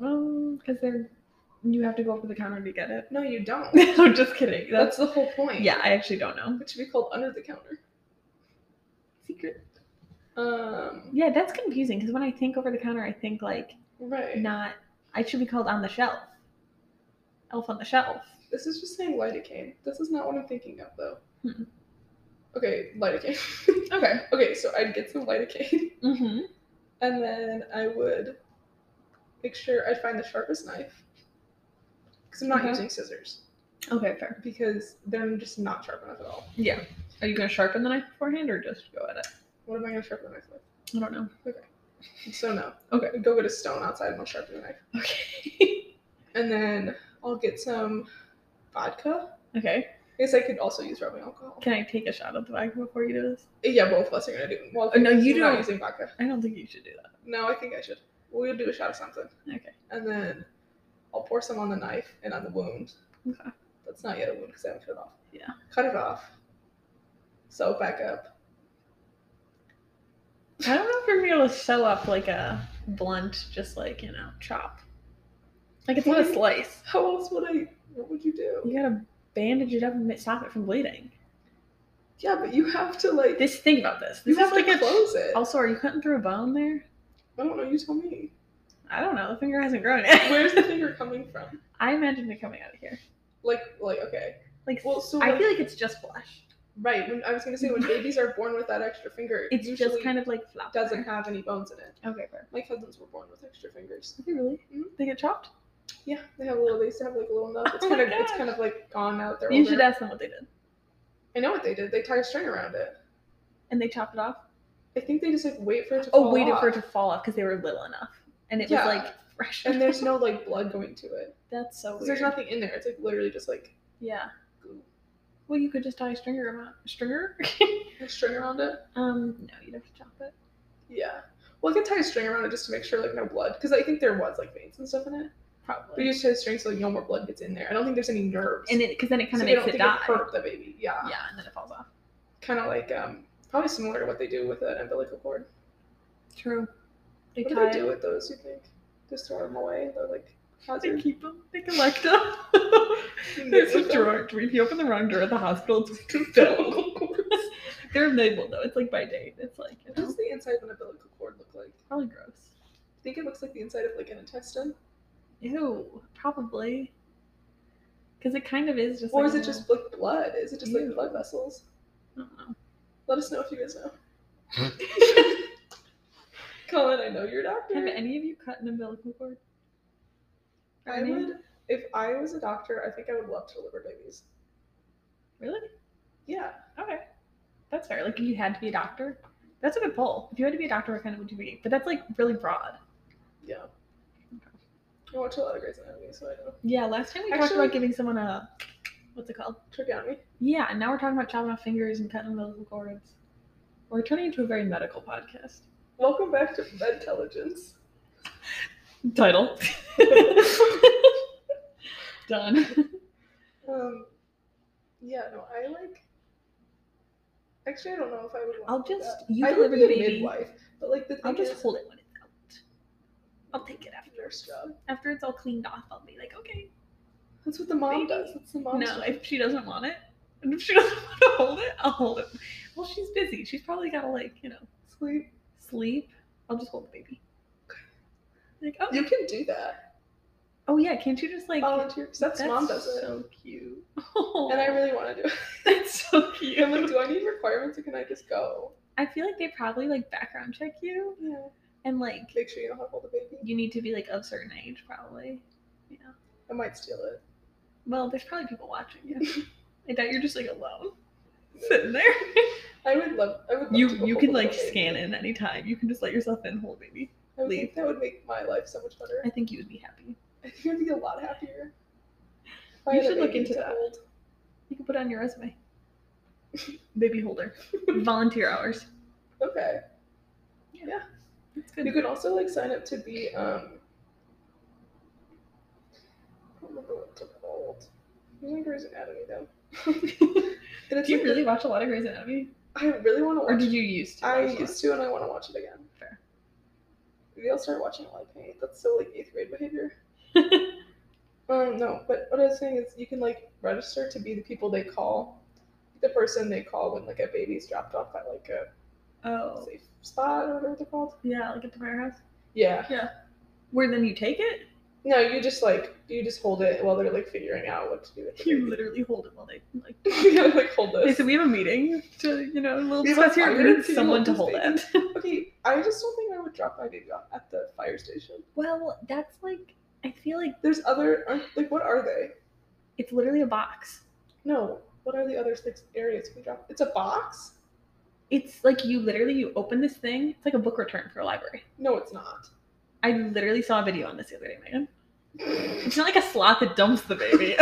A: Um, because they're you have to go over the counter to get it. <laughs>
B: No, you don't.
A: I'm just kidding. That's
B: That's the whole point.
A: yeah. I actually don't know.
B: It should be called under the counter.
A: Secret.
B: Um,
A: Yeah, that's confusing because when I think over the counter, I think like
B: right.
A: not. I should be called on the shelf. Elf on the shelf.
B: This is just saying lidocaine. This is not what I'm thinking of though.
A: Hmm.
B: Okay, <laughs> lidocaine.
A: Okay.
B: okay, so I'd get some lidocaine
A: Mm-hmm.
B: <laughs> and then I would make sure I'd find the sharpest knife. Because I'm not
A: Okay.
B: using scissors.
A: Okay, fair.
B: Because they're just not sharp enough at all.
A: Yeah. Are you gonna sharpen the knife beforehand or just go at it?
B: What am I gonna sharpen the knife with?
A: I don't know.
B: So no.
A: Okay.
B: Go get a stone outside and I'll sharpen the knife.
A: <laughs> Okay.
B: And then I'll get some vodka.
A: okay.
B: I guess I could also use rubbing alcohol.
A: Can I take a shot of the vodka before you do this?
B: Yeah, both of us are gonna do. Well,
A: Oh, no, you
B: we're not
A: don't.
B: using vodka.
A: I don't think you should do that.
B: No, I think I should. We'll do a shot of something.
A: Okay.
B: And then I'll pour some on the knife and on the wound.
A: Okay.
B: That's not yet a wound because I haven't cut it off.
A: Yeah.
B: Cut it off. Sew it back up.
A: I don't know if you're gonna be able to sew up like a blunt, just like you know, chop. Like it's not a
B: What?
A: slice.
B: How else would I? What would you do?
A: You gotta bandage it up and stop it from bleeding.
B: Yeah, but you have to like.
A: This think about this.
B: you
A: This
B: have
A: is like
B: to
A: a.
B: close it.
A: Also, are you cutting through a bone there?
B: I don't know. You tell me.
A: I don't know. The finger hasn't grown <laughs> yet.
B: Where's the finger coming from?
A: I imagine it coming out of here.
B: Like, like okay.
A: Like
B: Well, so
A: I
B: like-
A: feel like it's just flesh.
B: Right. When I was gonna say when babies are born with that extra finger, it
A: It's
B: usually
A: just kind of like flop.
B: doesn't have any bones in it.
A: Okay, fair.
B: My cousins were born with extra fingers.
A: Okay, really?
B: Mhm.
A: They get chopped?
B: Yeah, they have a little. They used to have like a little nub. It's
A: Oh my
B: kind of it's
A: gosh.
B: kind of like gone out. They're
A: You
B: older.
A: should ask them what they did.
B: I know what they did. They tied a string around it.
A: And they chopped it off?
B: I think they just like wait for it to.
A: Oh,
B: fall
A: waited
B: off.
A: for it to fall off because they were little enough. And it
B: Yeah.
A: was like fresh.
B: And there's no like blood going to it.
A: <laughs> That's so
B: 'Cause
A: weird.
B: There's nothing in there. It's like literally just like
A: Yeah.
B: glue.
A: Well, you could just tie a stringer around. <laughs> Stringer?
B: a string around it.
A: um, no, you'd have to chop it.
B: Yeah. Well, I could tie a string around it just to make sure like no blood, because I think there was like veins and stuff in it. But
A: Probably.
B: you just tie a string so like no more blood gets in there. I don't think there's any nerves.
A: and it, because then it kind
B: so
A: of
B: they
A: makes
B: don't
A: it
B: think
A: die.
B: hurt the baby. Yeah.
A: Yeah, and then it falls off.
B: Kind of like um probably similar to what they do with an umbilical cord.
A: True. They
B: What do
A: tie
B: they
A: it.
B: do with those? You think just throw them away?
A: <laughs>
B: They're like
A: They
B: hazard.
A: keep them. They collect <laughs> them. There's a drawer. If you open the wrong door at the hospital, it's <laughs>
B: <laughs> Umbilical
A: They're labeled though. It's like by date. It's like you
B: What
A: know,
B: does the inside of an umbilical cord look like? I
A: probably gross.
B: think it looks like the inside of like an intestine.
A: Ew, probably. Because it kind of is just.
B: Or
A: like
B: is
A: a
B: it
A: little-
B: just like blood? Is it just like
A: Ew.
B: blood vessels?
A: I don't know.
B: Let us know if you guys know. <laughs> Colin, I know you're a
A: Have
B: doctor.
A: any of you cut an umbilical cord? Or
B: I
A: any-
B: would, if I was a doctor, I think I would love to deliver babies.
A: Really?
B: Yeah.
A: Okay, that's fair. Like if you had to be a doctor, that's a good poll. If you had to be a doctor, what kind of would you be? But that's like really broad.
B: Yeah. I watch a lot of Grey's Anatomy, so I know.
A: Yeah. Last time we talked
B: Actually-
A: about giving someone a what's it called?
B: Tracheotomy.
A: Yeah, and now we're talking about chopping off fingers and cutting umbilical cords. We're turning into a very medical podcast.
B: Welcome back to Medtelligence. <laughs>
A: Title. <laughs> Done.
B: Um, yeah, no, I like. Actually, I don't know if I would. Want
A: I'll
B: to do
A: just-
B: that.
A: you
B: I would
A: deliver
B: be
A: the
B: a
A: baby.
B: midwife, but like the thing
A: I'll just
B: is,
A: hold it when it's out. I'll take it after.
B: nurse job.
A: After it's all cleaned off, I'll be like, okay.
B: That's what the mom
A: Maybe.
B: does. That's the mom's
A: no,
B: job.
A: if she doesn't want it, and if she doesn't <laughs> want to hold it, I'll hold it. Well, she's busy. She's probably got to, like, you know,
B: Sleep.
A: sleep. I'll just hold the baby. Like, oh,
B: You can do that.
A: oh yeah, can't you just, like,
B: Volunteer. 'cause That's,
A: that's
B: mom does it,
A: so cute. <laughs>
B: and I really want to do it.
A: That's so cute. <laughs>
B: I'm like, do I need requirements or can I just go?
A: I feel like they probably like background check you
B: Yeah.
A: and like
B: Make sure you don't have all the baby.
A: you need to be like of certain age probably. Yeah.
B: I might steal it.
A: Well, there's probably people watching
B: <laughs>
A: you. I doubt you're just like alone sitting there. <laughs>
B: I would love. I would. Love
A: You
B: to go
A: you
B: hold
A: can
B: a little
A: like
B: baby.
A: scan in anytime. You can just let yourself in whole baby.
B: I would think
A: leave.
B: that would make my life so much better.
A: I think you would be happy.
B: I think I'd be a lot happier. If I
A: You
B: had a
A: should look
B: baby
A: into
B: to
A: that.
B: hold.
A: You can put it on your
B: <laughs>
A: resume. baby holder. Volunteer hours.
B: Okay.
A: That's
B: You <laughs>
A: good.
B: can also like sign up to be um. I don't remember what they're called. I'm using Grey's Anatomy though. And it's
A: Do you
B: like-
A: really watch a lot of Grey's Anatomy?
B: I really want to
A: Or
B: watch.
A: did
B: it.
A: you used to?
B: I
A: watch a lot?
B: used to, and I want to watch it again.
A: Fair.
B: Maybe I'll start watching it while I paint. That's so like eighth grade
A: <laughs>
B: behavior. um, no, but what I was saying is you can like register to be the people they call, the person they call when like a baby's dropped off at like a
A: Oh,
B: safe spot or whatever they're called.
A: yeah, like at the firehouse.
B: Yeah.
A: Where then you take it?
B: No, you just like you just hold it while they're like figuring out what to do with the
A: You
B: baby.
A: literally hold it while they like.
B: <laughs> you gotta like hold
A: They
B: this.
A: said we have a meeting to you know a little
B: We have a
A: discuss here.
B: fire
A: We need
B: to
A: someone to hold
B: hold
A: it. <laughs>
B: this okay, I just don't think I would drop my baby off at the fire station.
A: Well, that's like I feel like
B: There's other aren't- like what are they?
A: it's literally a box.
B: No, what are the other six areas you can drop? It's a box?
A: It's like you literally you open this thing. It's like a book return for a library.
B: No, it's not.
A: I literally saw a video on this the other day, Megan. It's not like a slot that dumps the baby.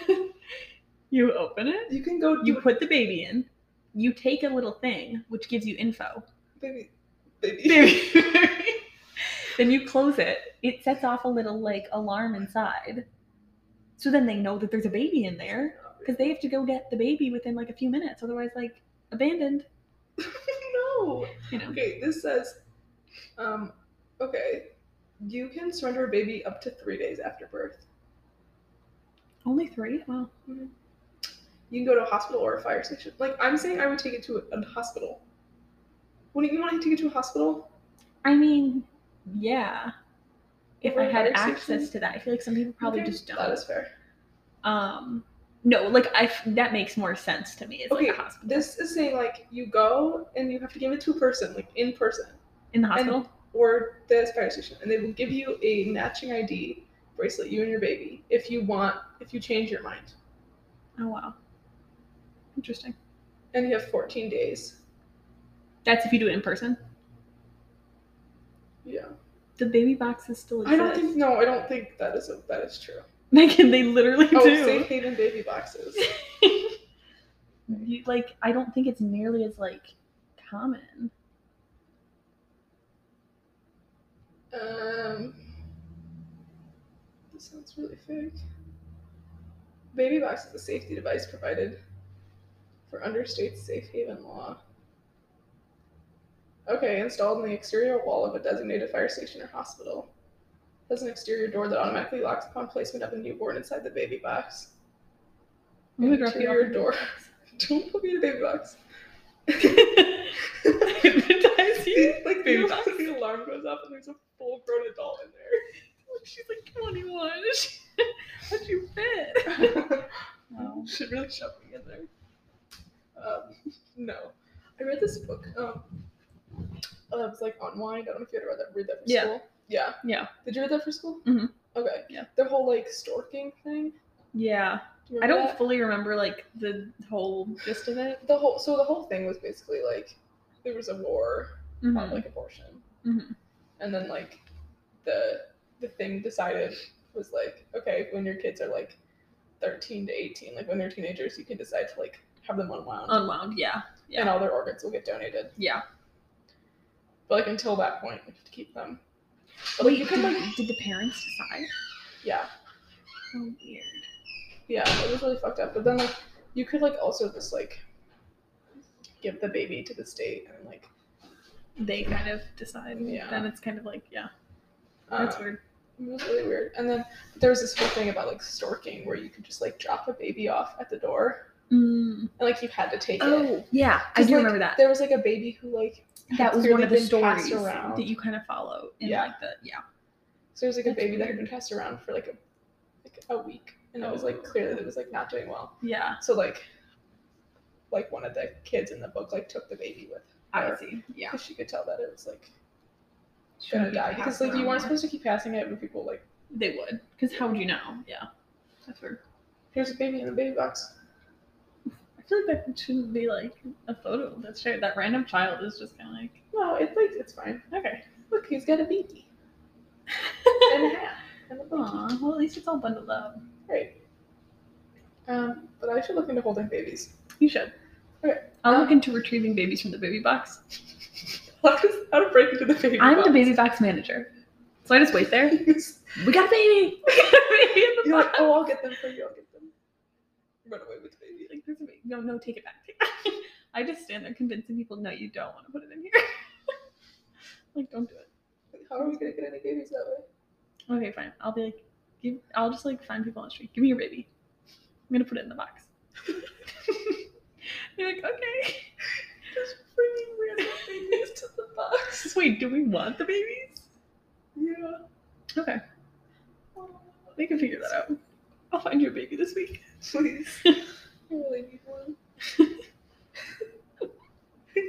A: <laughs> you open it.
B: You can go do
A: You put the baby in. You take a little thing, which gives you info. <laughs>
B: baby, baby.
A: then you close it. It sets off a little like alarm inside. So then they know that there's a baby in there because they have to go get the baby within like a few minutes. Otherwise, like abandoned.
B: <laughs> no.
A: You know.
B: Okay, this says, um, okay, you can surrender a baby up to three days after birth.
A: Only three? Wow.
B: You can go to a hospital or a fire station. Like I'm saying, I would take it to a, a hospital. Wouldn't you want to take it to a hospital?
A: I mean, yeah. If
B: Over
A: I had
B: fire
A: access
B: station?
A: to that, I feel like some people probably
B: Okay,
A: just don't.
B: That is fair.
A: um, no, like I f- that makes more sense to me. It's
B: Okay,
A: like a hospital
B: this is saying like you go and you have to give it to a person, like in person.
A: in the hospital.
B: or the fire station, and they will give you a matching ID bracelet, you and your baby, if you want, if you change your mind.
A: oh wow, interesting.
B: And you have 14 days.
A: That's if you do it in person.
B: Yeah.
A: The baby boxes still
B: I
A: exist.
B: don't think, no, I don't think that is a, that is true.
A: Megan, they <laughs> literally
B: Oh, safe
A: do.
B: haven baby boxes.
A: <laughs> You- like, I don't think it's nearly as like common.
B: Um, this sounds really fake. Baby box is a safety device provided for under state safe haven law. Okay, installed in the exterior wall of a designated fire station or hospital. Has an exterior door that automatically locks upon placement of a newborn inside the baby box. <laughs>
A: I'm gonna drop you off
B: Interior
A: at <laughs>
B: door. Don't put me in a baby box. <laughs>
A: the box. Hypnotize <laughs> you.
B: See,
A: Baby
B: like baby
A: box.
B: box. <laughs> The alarm goes off and there's a full grown adult in there.
A: She's like 21. <laughs> How'd you fit?
B: <laughs>
A: Wow.
B: Should Oh, really shove me in there. Um, no, I read this book. Um, uh, it was like Unwind. I don't know if you ever read that. Read that for
A: Yeah.
B: school. Yeah.
A: Yeah.
B: Did you read that for school?
A: Mhm.
B: Okay.
A: Yeah.
B: The whole like storking thing.
A: Yeah,
B: Do you
A: I
B: remember
A: don't fully remember like the whole gist of it.
B: that? The whole so the whole thing was basically like there was a war on
A: Mhm.
B: like abortion,
A: Mhm.
B: and then like the the thing decided was like okay when your kids are like thirteen to eighteen, like when they're teenagers, you can decide to like have them unwound.
A: Unwound. Yeah,
B: and all their organs will get donated.
A: yeah.
B: But like until that point, we have to keep them. But like
A: Wait,
B: you can
A: did,
B: like
A: did the parents decide?
B: yeah,
A: So weird.
B: yeah, it was really fucked up. But then like you could like also just like give the baby to the state and like
A: They kind of decide.
B: Yeah.
A: Then it's kind of like yeah,
B: um,
A: that's weird.
B: It was really weird. And then there was this whole thing about like storking where you could just like drop a baby off at the door
A: Mm.
B: and like you had to take it.
A: Oh yeah, I
B: 'Cause,
A: do
B: like,
A: remember that.
B: There was like a baby who like had
A: That was one
B: clearly
A: of the
B: been passed
A: stories
B: around.
A: that you kind of follow in
B: Yeah.
A: like the yeah.
B: So there was like a
A: That's
B: baby that had
A: weird.
B: been passed around for like a like a week and it was
A: Oh.
B: like clearly that it was like not doing well.
A: Yeah.
B: So like, like one of the kids in the book like took the baby with
A: I
B: her
A: see. Yeah.
B: because she could tell that it was like gonna die because
A: passed
B: like you
A: around
B: weren't
A: more.
B: supposed to keep passing it when people like
A: They would. Because how would you know? Yeah. That's weird.
B: here's a baby in the baby box.
A: I feel like that shouldn't be like a photo that's shared. That random child is just kinda like
B: No, it's like it's fine.
A: Okay.
B: Look, he's got a baby and a hat and a baby.
A: Aw, well at least it's all bundled up.
B: Great. Um, but I should look into holding babies. <laughs>
A: You should.
B: Okay.
A: I'll
B: Um,
A: look into retrieving babies from the baby box.
B: How to, how to break into the baby
A: I'm
B: box.
A: the baby box manager. So I just wait there.
B: <laughs> You're
A: We got a baby! <laughs> We got a baby in the
B: like,
A: box.
B: oh, I'll get them for you. I'll get them. Run away with the baby.
A: <laughs> Like, there's a baby. No, no, take it back. <laughs> Take it back. I just stand there convincing people, no, you don't want to put it in here. <laughs> like, don't do it.
B: how are we gonna get any babies that way?
A: Okay, fine. I'll be like, give, I'll just like find people on the street. Give me your baby. I'm gonna put it in the box. <laughs> You're like, okay.
B: Just bringing random babies to the box.
A: <laughs> Wait, do we want the babies?
B: Yeah.
A: Okay, we can figure that out. I'll find your baby this week. <laughs>
B: Please. I really need one. <laughs>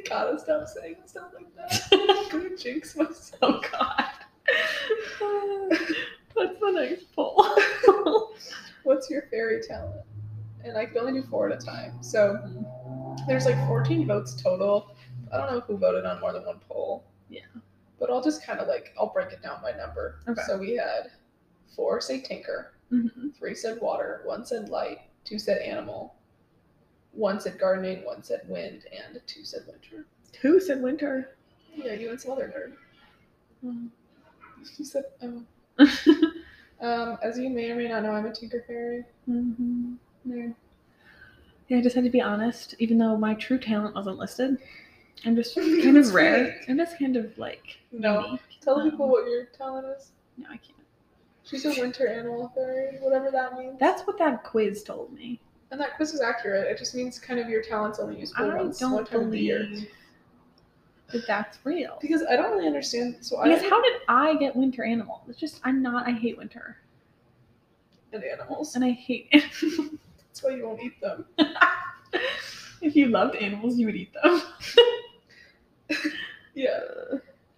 B: Gotta stop saying stuff like <laughs> that. I'm gonna jinx myself.
A: Oh God. What's the next
B: <laughs>
A: poll? <laughs>
B: What's your fairy talent? And I can only do four at a time. So there's like 14 votes total. I don't know who voted on more than one poll.
A: Yeah.
B: But I'll just kind of like, I'll break it down by number.
A: Okay.
B: So we had four say tinker,
A: Mhm.
B: three said water, one said light, two said animal, one said gardening, one said wind, and two said winter.
A: Who said winter?
B: Yeah, you and some other nerd.
A: Oh.
B: She said, oh. um, as you may or may not know, I'm a tinker fairy.
A: Mhm. Nerd. Yeah, I just had to be honest, even though my true talent wasn't listed. I'm
B: <laughs>
A: just kind
B: That's
A: of rare.
B: right.
A: I'm just kind of like
B: No.
A: unique.
B: Tell
A: Um,
B: people what your talent is.
A: No, I can't.
B: She's a winter animal fairy, whatever that means.
A: That's what that quiz told me.
B: and that quiz is accurate. It just means kind of your talent's only useful
A: I
B: once, one
A: don't
B: time of the year.
A: believe that that's real.
B: Because I don't really understand. So I
A: Because how did I get winter animal? It's just I'm not. I hate winter,
B: and animals.
A: and I hate. <laughs>
B: That's why you won't eat them.
A: if you loved animals, you would eat them.
B: Yeah.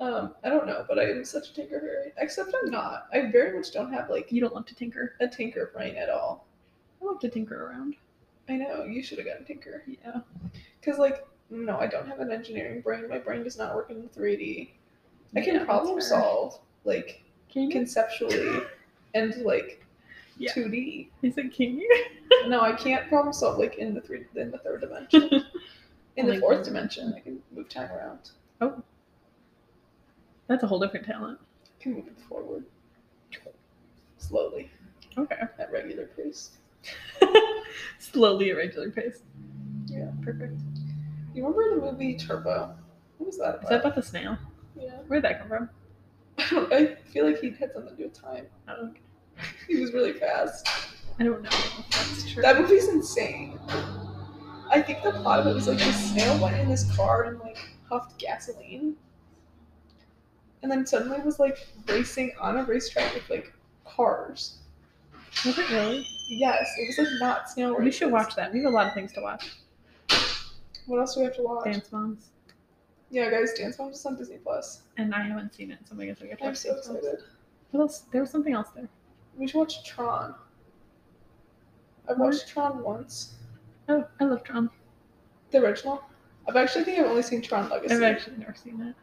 B: Um, I don't know, but I am such a tinker fairy. Except I'm not. I very much don't have like
A: You don't love to tinker.
B: a tinker brain at all.
A: I love to tinker around.
B: I know you should have gotten tinker.
A: Yeah.
B: Because, like, no, I don't have an engineering brain. My brain does not work in 3D. I
A: Yeah,
B: can
A: that's
B: problem
A: fair.
B: solve, like,
A: Can <laughs> you?
B: conceptually and, like,
A: Yeah.
B: 2D.
A: I said, can you?
B: No, I can't problem solve, like, in the three, in the
A: <laughs>
B: third dimension. in
A: Like-
B: the fourth dimension, I can move time around.
A: That's a whole different talent.
B: I can move it forward. Slowly,
A: Okay. <laughs>
B: at regular pace.
A: Slowly at regular pace.
B: Yeah.
A: Perfect.
B: You remember the movie Turbo? What was that about?
A: Is that about the snail?
B: yeah. <laughs>
A: Where'd that come from?
B: I, don't, I feel like he had something to do with time.
A: I don't,
B: He was really fast.
A: I don't know. if That's true.
B: That movie's insane. I think the plot of it was like this snail went in this car and like huffed gasoline. And then suddenly was like racing on a racetrack with like cars.
A: Was it really?
B: Yes, it was like not snail races.
A: We should watch that. We have a lot of things to watch.
B: What else do we have to watch?
A: Dance Moms.
B: Yeah, guys, Dance Moms is on Disney Plus.
A: And I haven't seen it, so I guess we have to
B: I'm
A: watch
B: so
A: Dance Moms.
B: excited.
A: What else? There was something else there.
B: We should watch Tron. I have
A: What?
B: watched Tron once.
A: Oh, I love Tron.
B: The original. I've actually think I've only seen Tron Legacy.
A: I've actually never seen it.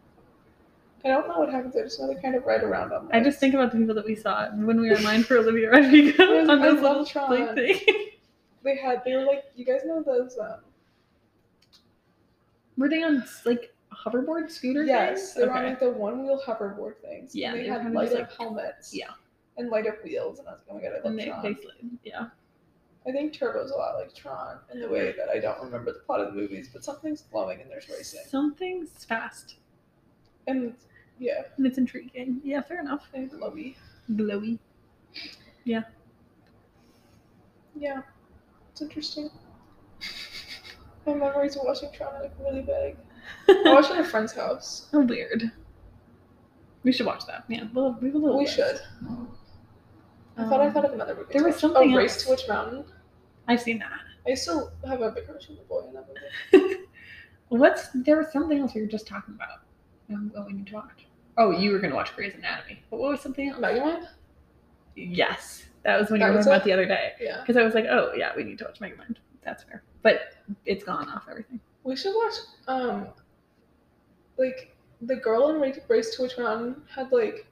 B: I don't know what happens. I just know they kind of ride around on.
A: I just think about the people that we saw when we were in line for Olivia <laughs> Rodrigo
B: I
A: on this little
B: love Tron.
A: like, thing. <laughs>
B: They had. They were like, you guys know those. Um,
A: Were they on like hoverboard scooter things?
B: yes, they were on like the one wheel hoverboard things.
A: Yeah,
B: and they,
A: they were
B: had
A: kinda
B: light
A: just,
B: up
A: like-
B: helmets.
A: yeah.
B: and light up wheels, and I was like, oh my god, I love
A: and they,
B: Tron.
A: they slid. Yeah.
B: I think Turbo's a lot like Tron in the way that I don't remember the plot of the movies, but something's glowing and there's racing,
A: Something's fast
B: and yeah,
A: and it's intriguing. Yeah, fair enough.
B: and glowy.
A: Glowy.
B: Yeah,
A: <laughs>
B: it's interesting. My memories of watching Tron are like really big. I watched it at a friend's house.
A: How weird. We should watch that. Yeah, we'll, we have a little
B: We
A: list.
B: should. I thought I
A: Oh, Um,
B: thought of another movie.
A: there
B: to
A: was
B: watch.
A: something
B: oh, Race to
A: else.
B: Witch Mountain.
A: Um, I've seen that.
B: I still have a big crush on the boy in that movie.
A: What's there was something else we were just talking about? Um, what we need to watch? Oh, you were gonna watch Grey's Anatomy. But what was something else?
B: Megamind?
A: Yes, that was when you
B: That
A: were
B: was
A: talking about
B: it?
A: the other day.
B: Yeah.
A: Because I was like, oh yeah, we need to watch Megamind. That's fair. But it's gone off everything.
B: We should watch um like the girl in Ra- Race to Witch Mountain had like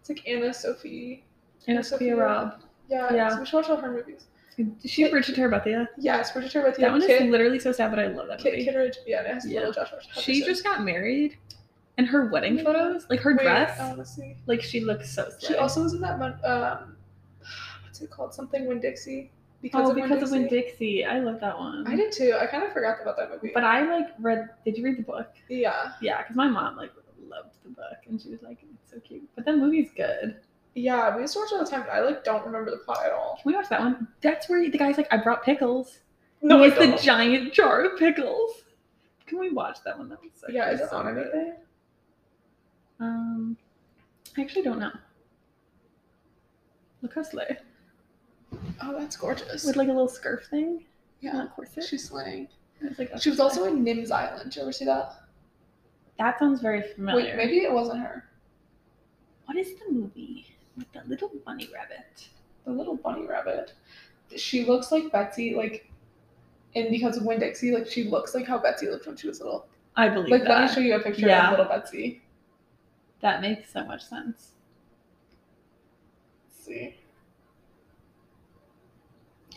B: it's like Anna Sophie.
A: And
B: Yeah,
A: it's Sophia
B: Sophia.
A: Robb.
B: Yeah,
A: Yeah.
B: so we should watch all her movies.
A: She Bridget Terabithia.
B: Yes, Bridget Tarbethia.
A: That one is
B: Kit,
A: literally so sad, but I love that
B: Kit
A: movie.
B: Kitteridge. Yeah, and it has
A: Yeah.
B: little Joshua. Hutcherson.
A: She just got married, and her wedding
B: Yeah.
A: photos, like her
B: Wait,
A: dress,
B: I wanna see.
A: like she looks so slay.
B: She also was in that mon- um what's it called? Something Win Dixie. Because
A: oh,
B: of
A: because of
B: Winn
A: Win Dixie, I love that one.
B: I did too. I kind of forgot about that movie.
A: but I like read. Did you read the book?
B: yeah,
A: Yeah, because my mom like loved the book, and she was like, "It's so cute." But that movie's good.
B: Yeah, we used to watch it all the time. but I like don't remember the plot at all.
A: Can we watch that one? That's where the guy's like, "I brought pickles."
B: I
A: it's the
B: don't.
A: giant jar of pickles. Can we watch that one? That was so
B: Yeah, is it
A: so
B: on
A: good.
B: anything?
A: Um, I actually don't know. Look how slay
B: Oh, that's gorgeous.
A: with like a little scarf thing,
B: yeah,
A: not a corset.
B: she's slaying.
A: I was like, oh,
B: She was also in Nims Island. Did you ever see that?
A: that sounds very familiar.
B: Wait, maybe it wasn't her.
A: What is the movie with the little bunny rabbit?
B: The little bunny rabbit. She looks like Betsy, like, and because of Winn Dixie, like she looks like how Betsy looked when she was little.
A: I believe
B: Like, let
A: that.
B: me show you a picture
A: Yeah.
B: of little Betsy.
A: That makes so much sense.
B: Let's see.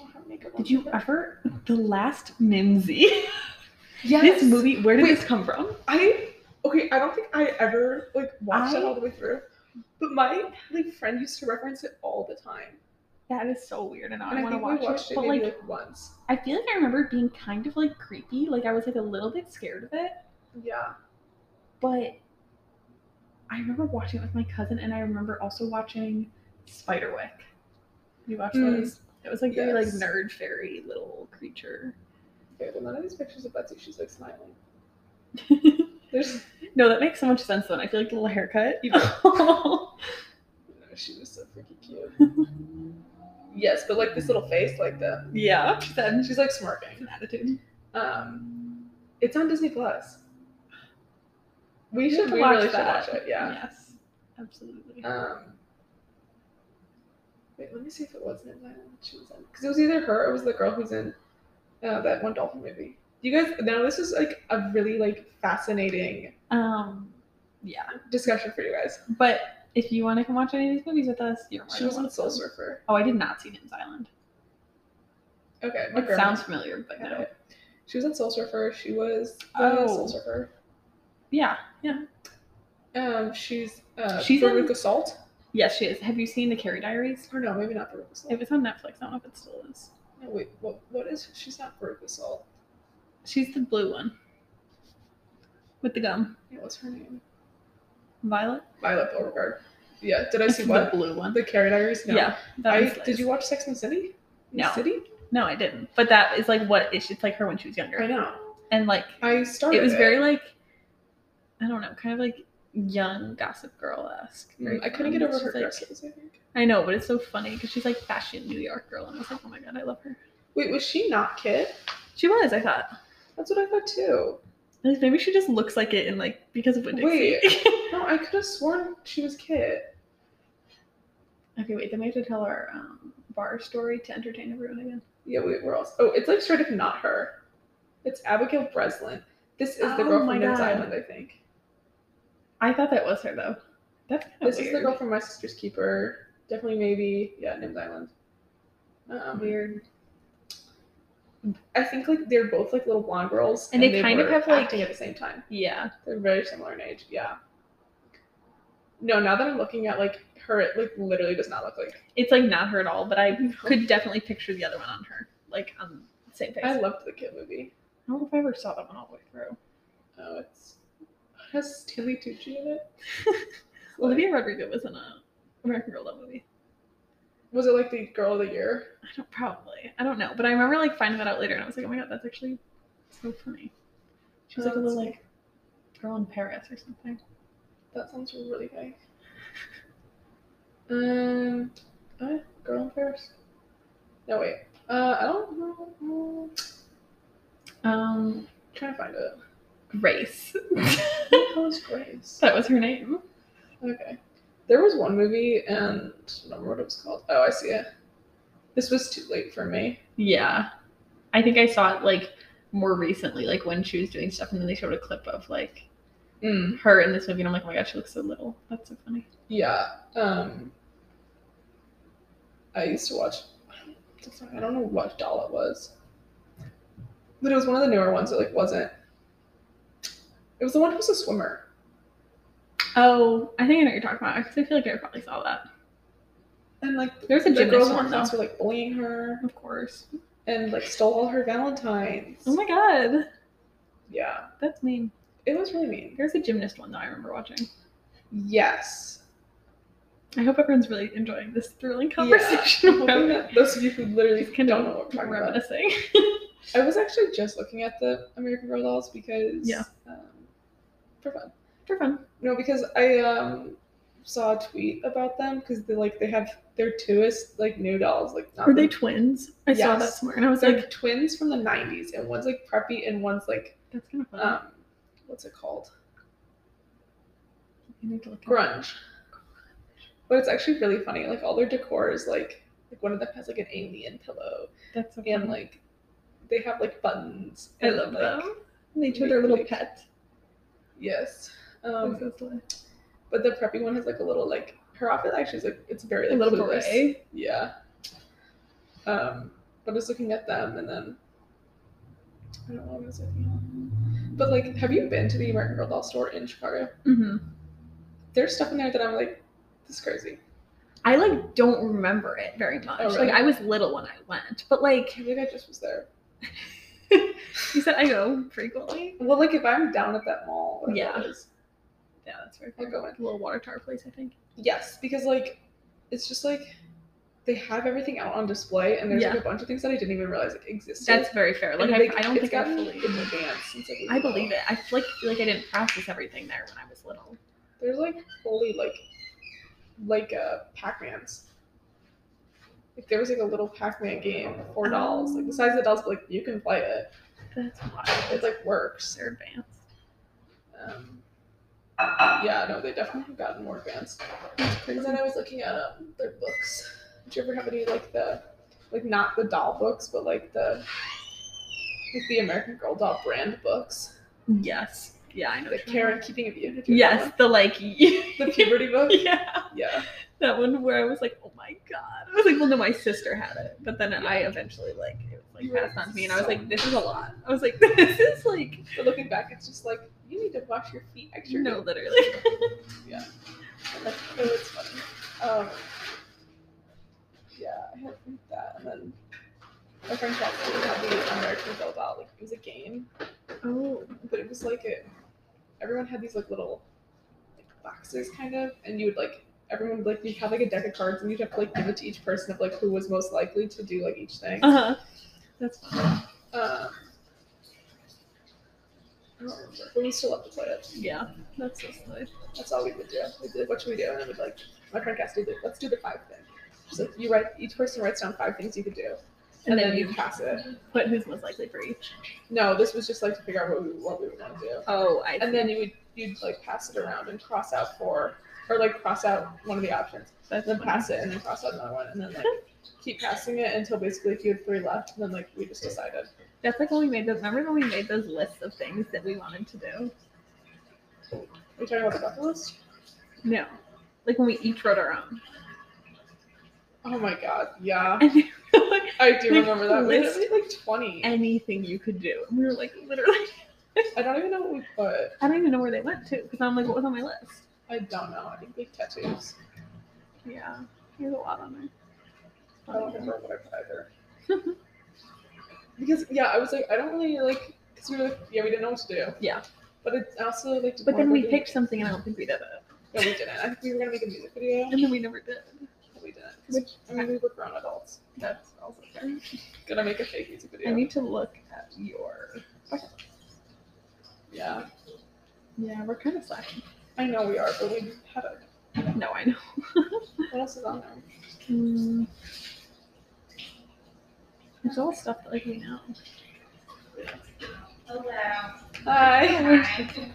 B: Oh, her makeup
A: Did
B: looks
A: you
B: like that.
A: ever the last Mimsy? <laughs>
B: Yes.
A: this movie, where did
B: Wait.
A: this come from?
B: I okay, I don't think I ever like watched it
A: I-
B: all the way through. But my like friend used to reference it all the time.
A: That is so weird, and
B: And
A: I,
B: I,
A: want to
B: think
A: watch
B: we watched
A: it.
B: it,
A: But
B: maybe
A: like,
B: like, once.
A: I feel like I remember it being kind of like creepy. Like I was like a little bit scared of it,
B: Yeah.
A: but I remember watching it with my cousin, and I remember also watching Spiderwick. You watched
B: Mm.
A: those? It was like very like
B: Yes.
A: nerd fairy little creature.
B: Okay, well none of these pictures of Betsy, she's like smiling.
A: <laughs>
B: There's
A: no, that makes so much sense. Then I feel like the little haircut.
B: You
A: <laughs>
B: no, she was so freaking cute. yes, but like this little face like that.
A: yeah, then
B: She's like smirking.
A: an attitude.
B: Um it's on Disney Plus. We
A: We
B: should
A: have to
B: we
A: watch
B: really
A: that.
B: should watch it, yeah.
A: Yes, absolutely.
B: Um, wait, let me see if it was Nims Island that she was in. Because it was either her or it was the girl who's in uh, that one dolphin movie. You guys, now this is like a really like fascinating
A: Um, yeah.
B: discussion for you guys.
A: But if you want to come watch any of these movies with us, you're more
B: She
A: than
B: was in
A: welcome.
B: Soul Surfer.
A: Oh, I did not see Nims Island.
B: Okay, my
A: It
B: grandma
A: sounds familiar, but
B: had
A: no.
B: it. She was in Soul Surfer. She was
A: Oh.
B: uh, Soul Surfer.
A: Yeah.
B: Um, she's uh,
A: She's
B: she's
A: in-
B: Veruca Salt.
A: Yes, she is. Have you seen the Carrie Diaries?
B: Or no, maybe not Veruca Salt.
A: It was on Netflix. I don't know if it still is.
B: No, wait, what? What is? She's not Veruca Salt.
A: She's the blue one with the gum.
B: Yeah, what's her name?
A: Violet.
B: Violet Beauregard. Yeah. Did I see
A: the
B: what?
A: blue one.
B: The Carrie Diaries? No.
A: Yeah. That
B: I,
A: was
B: did
A: nice.
B: you watch Sex and the City? In the
A: No.
B: City?
A: No, I didn't. But that is like what it's it's like her when she was younger,
B: I know.
A: and like
B: I started.
A: it was very like I don't know, kind of like young Gossip Girl esque.
B: Mm, I couldn't get over her
A: like,
B: dresses. I think.
A: I know, but it's so funny because she's like fashion New York girl, and I was like, oh my god, I love her.
B: Wait, was she not Kit?
A: She was, I thought.
B: That's what I thought too.
A: I was- Maybe she just looks like it, and like because of what Dixie.
B: Wait. No, I could have sworn she was Kit.
A: <laughs> okay, wait. Then we have to tell our um, bar story to entertain everyone again.
B: Yeah, wait, where else? Oh, it's like straight up not her. It's Abigail Breslin. This is the
A: Oh
B: girl
A: my
B: from Nims
A: God.
B: Island, I think.
A: I thought that was her though. That's kind of
B: This is the girl from My Sister's Keeper. Definitely, maybe, yeah, Nims Island. Um,
A: Weird.
B: I think like they're both like little blonde girls,
A: And they kind of
B: were
A: have, like-
B: acting at the same time.
A: Yeah.
B: They're very similar in age. Yeah. No, now that I'm looking at like her, it like literally does not look like.
A: It's like not her at all, but I
B: No.
A: could definitely picture the other one on her, like on the same face.
B: I loved the Kid movie.
A: I don't know if I ever saw that one all the way through.
B: Oh, it's it has Stanley Tucci in
A: <laughs>
B: it.
A: Olivia Rodrigo was in a American Girl Doll movie.
B: Was it like the Girl of the Year?
A: I don't probably. I don't know, but I remember like finding that out later, and I was like, oh my god, that's actually so funny. She was like a
B: Oh,
A: little
B: that's-
A: like girl in Paris or something.
B: That sounds really fake. Um, uh, Girl in Paris. No wait. Uh, I don't know. Mm,
A: Um,
B: trying to find it.
A: Grace. <laughs>
B: Who the hell is Grace?
A: that was her name.
B: Okay. There was one movie, and I don't remember what it was called. Oh, I see it. This was too late for me.
A: Yeah, I think I saw it like more recently, like when she was doing stuff, and then they showed a clip of like
B: Mm.
A: her in this movie, and I'm like, oh my god, she looks so little. That's so funny.
B: Yeah. Um. I used to watch. I don't know what doll it was, but it was one of the newer ones that like wasn't. It was the one who was a swimmer.
A: Oh, I think I know what you're talking about because I feel like I probably saw that.
B: And like
A: There's a
B: the
A: gymnast
B: girls in her
A: one though,
B: class were like bullying her
A: of course.
B: and like stole all her valentines.
A: Oh my god,
B: Yeah.
A: that's mean.
B: It was really mean.
A: There's a gymnast one that I remember watching.
B: Yes.
A: I hope everyone's really enjoying this thrilling conversation. <laughs>
B: Hoping
A: about
B: that those of you who literally
A: Just kind
B: don't know what
A: of
B: we're talking about.
A: reminiscing. <laughs>
B: I was actually just looking at the American Girl dolls because
A: Yeah.
B: um, for fun.
A: For fun.
B: No, because I um saw a tweet about them because they like they have their twoest like new dolls like not
A: Were they
B: the-
A: twins? I saw that
B: Yes.
A: somewhere and I was
B: they're
A: like,
B: twins from the '90s and one's like preppy and one's like
A: that's kind of fun.
B: um what's it called
A: You need to look it up.
B: grunge. But it's actually really funny. Like all their decor is like like one of them has like an alien pillow
A: That's so fun.
B: and like they have like buttons.
A: I
B: and,
A: love
B: like,
A: them. And they show their little
B: like,
A: pet.
B: Yes.
A: Um,
B: Um, But the preppy one has like a little like her outfit actually is like it's very
A: a
B: like
A: little
B: clueless.
A: beret.
B: Yeah. Um, but I was looking at them and then I don't know what I was looking at. But like, have you been to the American Girl doll store in Chicago?
A: hmm
B: There's stuff in there that I'm like, this is crazy.
A: I like don't remember it very much.
B: Oh,
A: Like
B: really?
A: I was little when I went, but like
B: I think I just was there.
A: you said, I go frequently.
B: Well, like if I'm down at that mall, whatever
A: Yeah.
B: it is,
A: Yeah, that's very
B: I'll go in.
A: A little water tower place, I think.
B: Yes, because like, it's just like they have everything out on display, and there's like
A: Yeah.
B: a bunch of things that I didn't even realize like, existed.
A: That's very fair. Like
B: And,
A: I,
B: like,
A: I don't
B: it's
A: think I
B: gotten
A: fully.
B: advanced since like, we
A: I
B: were
A: believe
B: little.
A: it. I feel like feel like I didn't process everything there when I was little.
B: There's like fully like like uh Pac-Man's. Like there was like a little Pac-Man game for dolls, like the size of the dolls, but like you can play it.
A: That's wild.
B: It like works.
A: They're advanced.
B: Um, yeah, no, they definitely have gotten more advanced.
A: That's
B: And
A: crazy.
B: then I was looking at um, their books. Did you ever have any like the like not the doll books, but like the like the American Girl doll brand books?
A: Yes. Yeah, I know.
B: The
A: what you
B: Karen
A: mean.
B: Keeping of You. did you have
A: Yes, the like. <laughs>
B: that one? The puberty book.
A: yeah,
B: Yeah.
A: that one where I was like, oh my god. I was like, well, no, my sister had it, but then I eventually like it was
B: You
A: like
B: were
A: passed on to me, and I was
B: so
A: like, this is a lot. I was like, <laughs> this is like
B: But looking back, it's just like you need to wash your feet extra.
A: no, literally.
B: And that's- it was funny. Um, yeah, I had that, and then my friend actually had the American Girl doll. Like it was a game,
A: Oh, <laughs>
B: but it was like it. Everyone had these like little like boxes, kind of, and you would like everyone would, like you'd have like a deck of cards, and you'd have to like give it to each person of like who was most likely to do like each thing.
A: uh huh. That's fun.
B: Um, I don't remember. We used to love to play it.
A: Yeah, that's so silly.
B: That's all we would do. We'd be like, what should we do? And then we'd like, my friend Cassidy would be like, let's do the five thing. So you write, each person writes down five things you could do. And, then, you pass it.
A: put who's most likely for each.
B: No, this was just like to figure out what we, what we would want to do.
A: Oh, I.
B: And then you would, you'd like pass it around and cross out four, or like cross out one of the options.
A: that's
B: And then pass it and then cross out another one. And
A: <laughs>
B: then like keep passing it until basically like, you had three left. And then like we just decided.
A: That's like when we made those. Remember when we made those lists of things that we wanted to do?
B: Are you talking about the bucket list?
A: No, like when we each wrote our own. <laughs>
B: Oh my god, yeah.
A: And they were like,
B: I do
A: Like,
B: remember that. We had
A: list.
B: we had, like 20.
A: anything you could do, and we were like, literally, <laughs>
B: I don't even know what we put.
A: I don't even know where they went to because I'm like, what was on my list?
B: I don't know. I think we had tattoos.
A: Yeah, there's a lot on
B: I
A: there.
B: don't remember what I put either. <laughs> because yeah, I was like, I don't really like because we were like, yeah, we didn't know what to do.
A: Yeah.
B: But it I also like.
A: But then we
B: wanted to-
A: picked something, and I don't think we did it,
B: No, we didn't. I think we were gonna make a music video,
A: and then we never did.
B: but we didn't. 'Cause, I mean, we were grown adults.
A: That's also fair.
B: Gonna make a fake music video.
A: I need to look at your.
B: yeah.
A: Yeah, we're kind of slacking.
B: I know we are, but we had it.
A: No, I know.
B: What else is on there?
A: Mm. It's all stuff that like we know.
C: Hello.
B: <laughs> Hi.
C: Hi.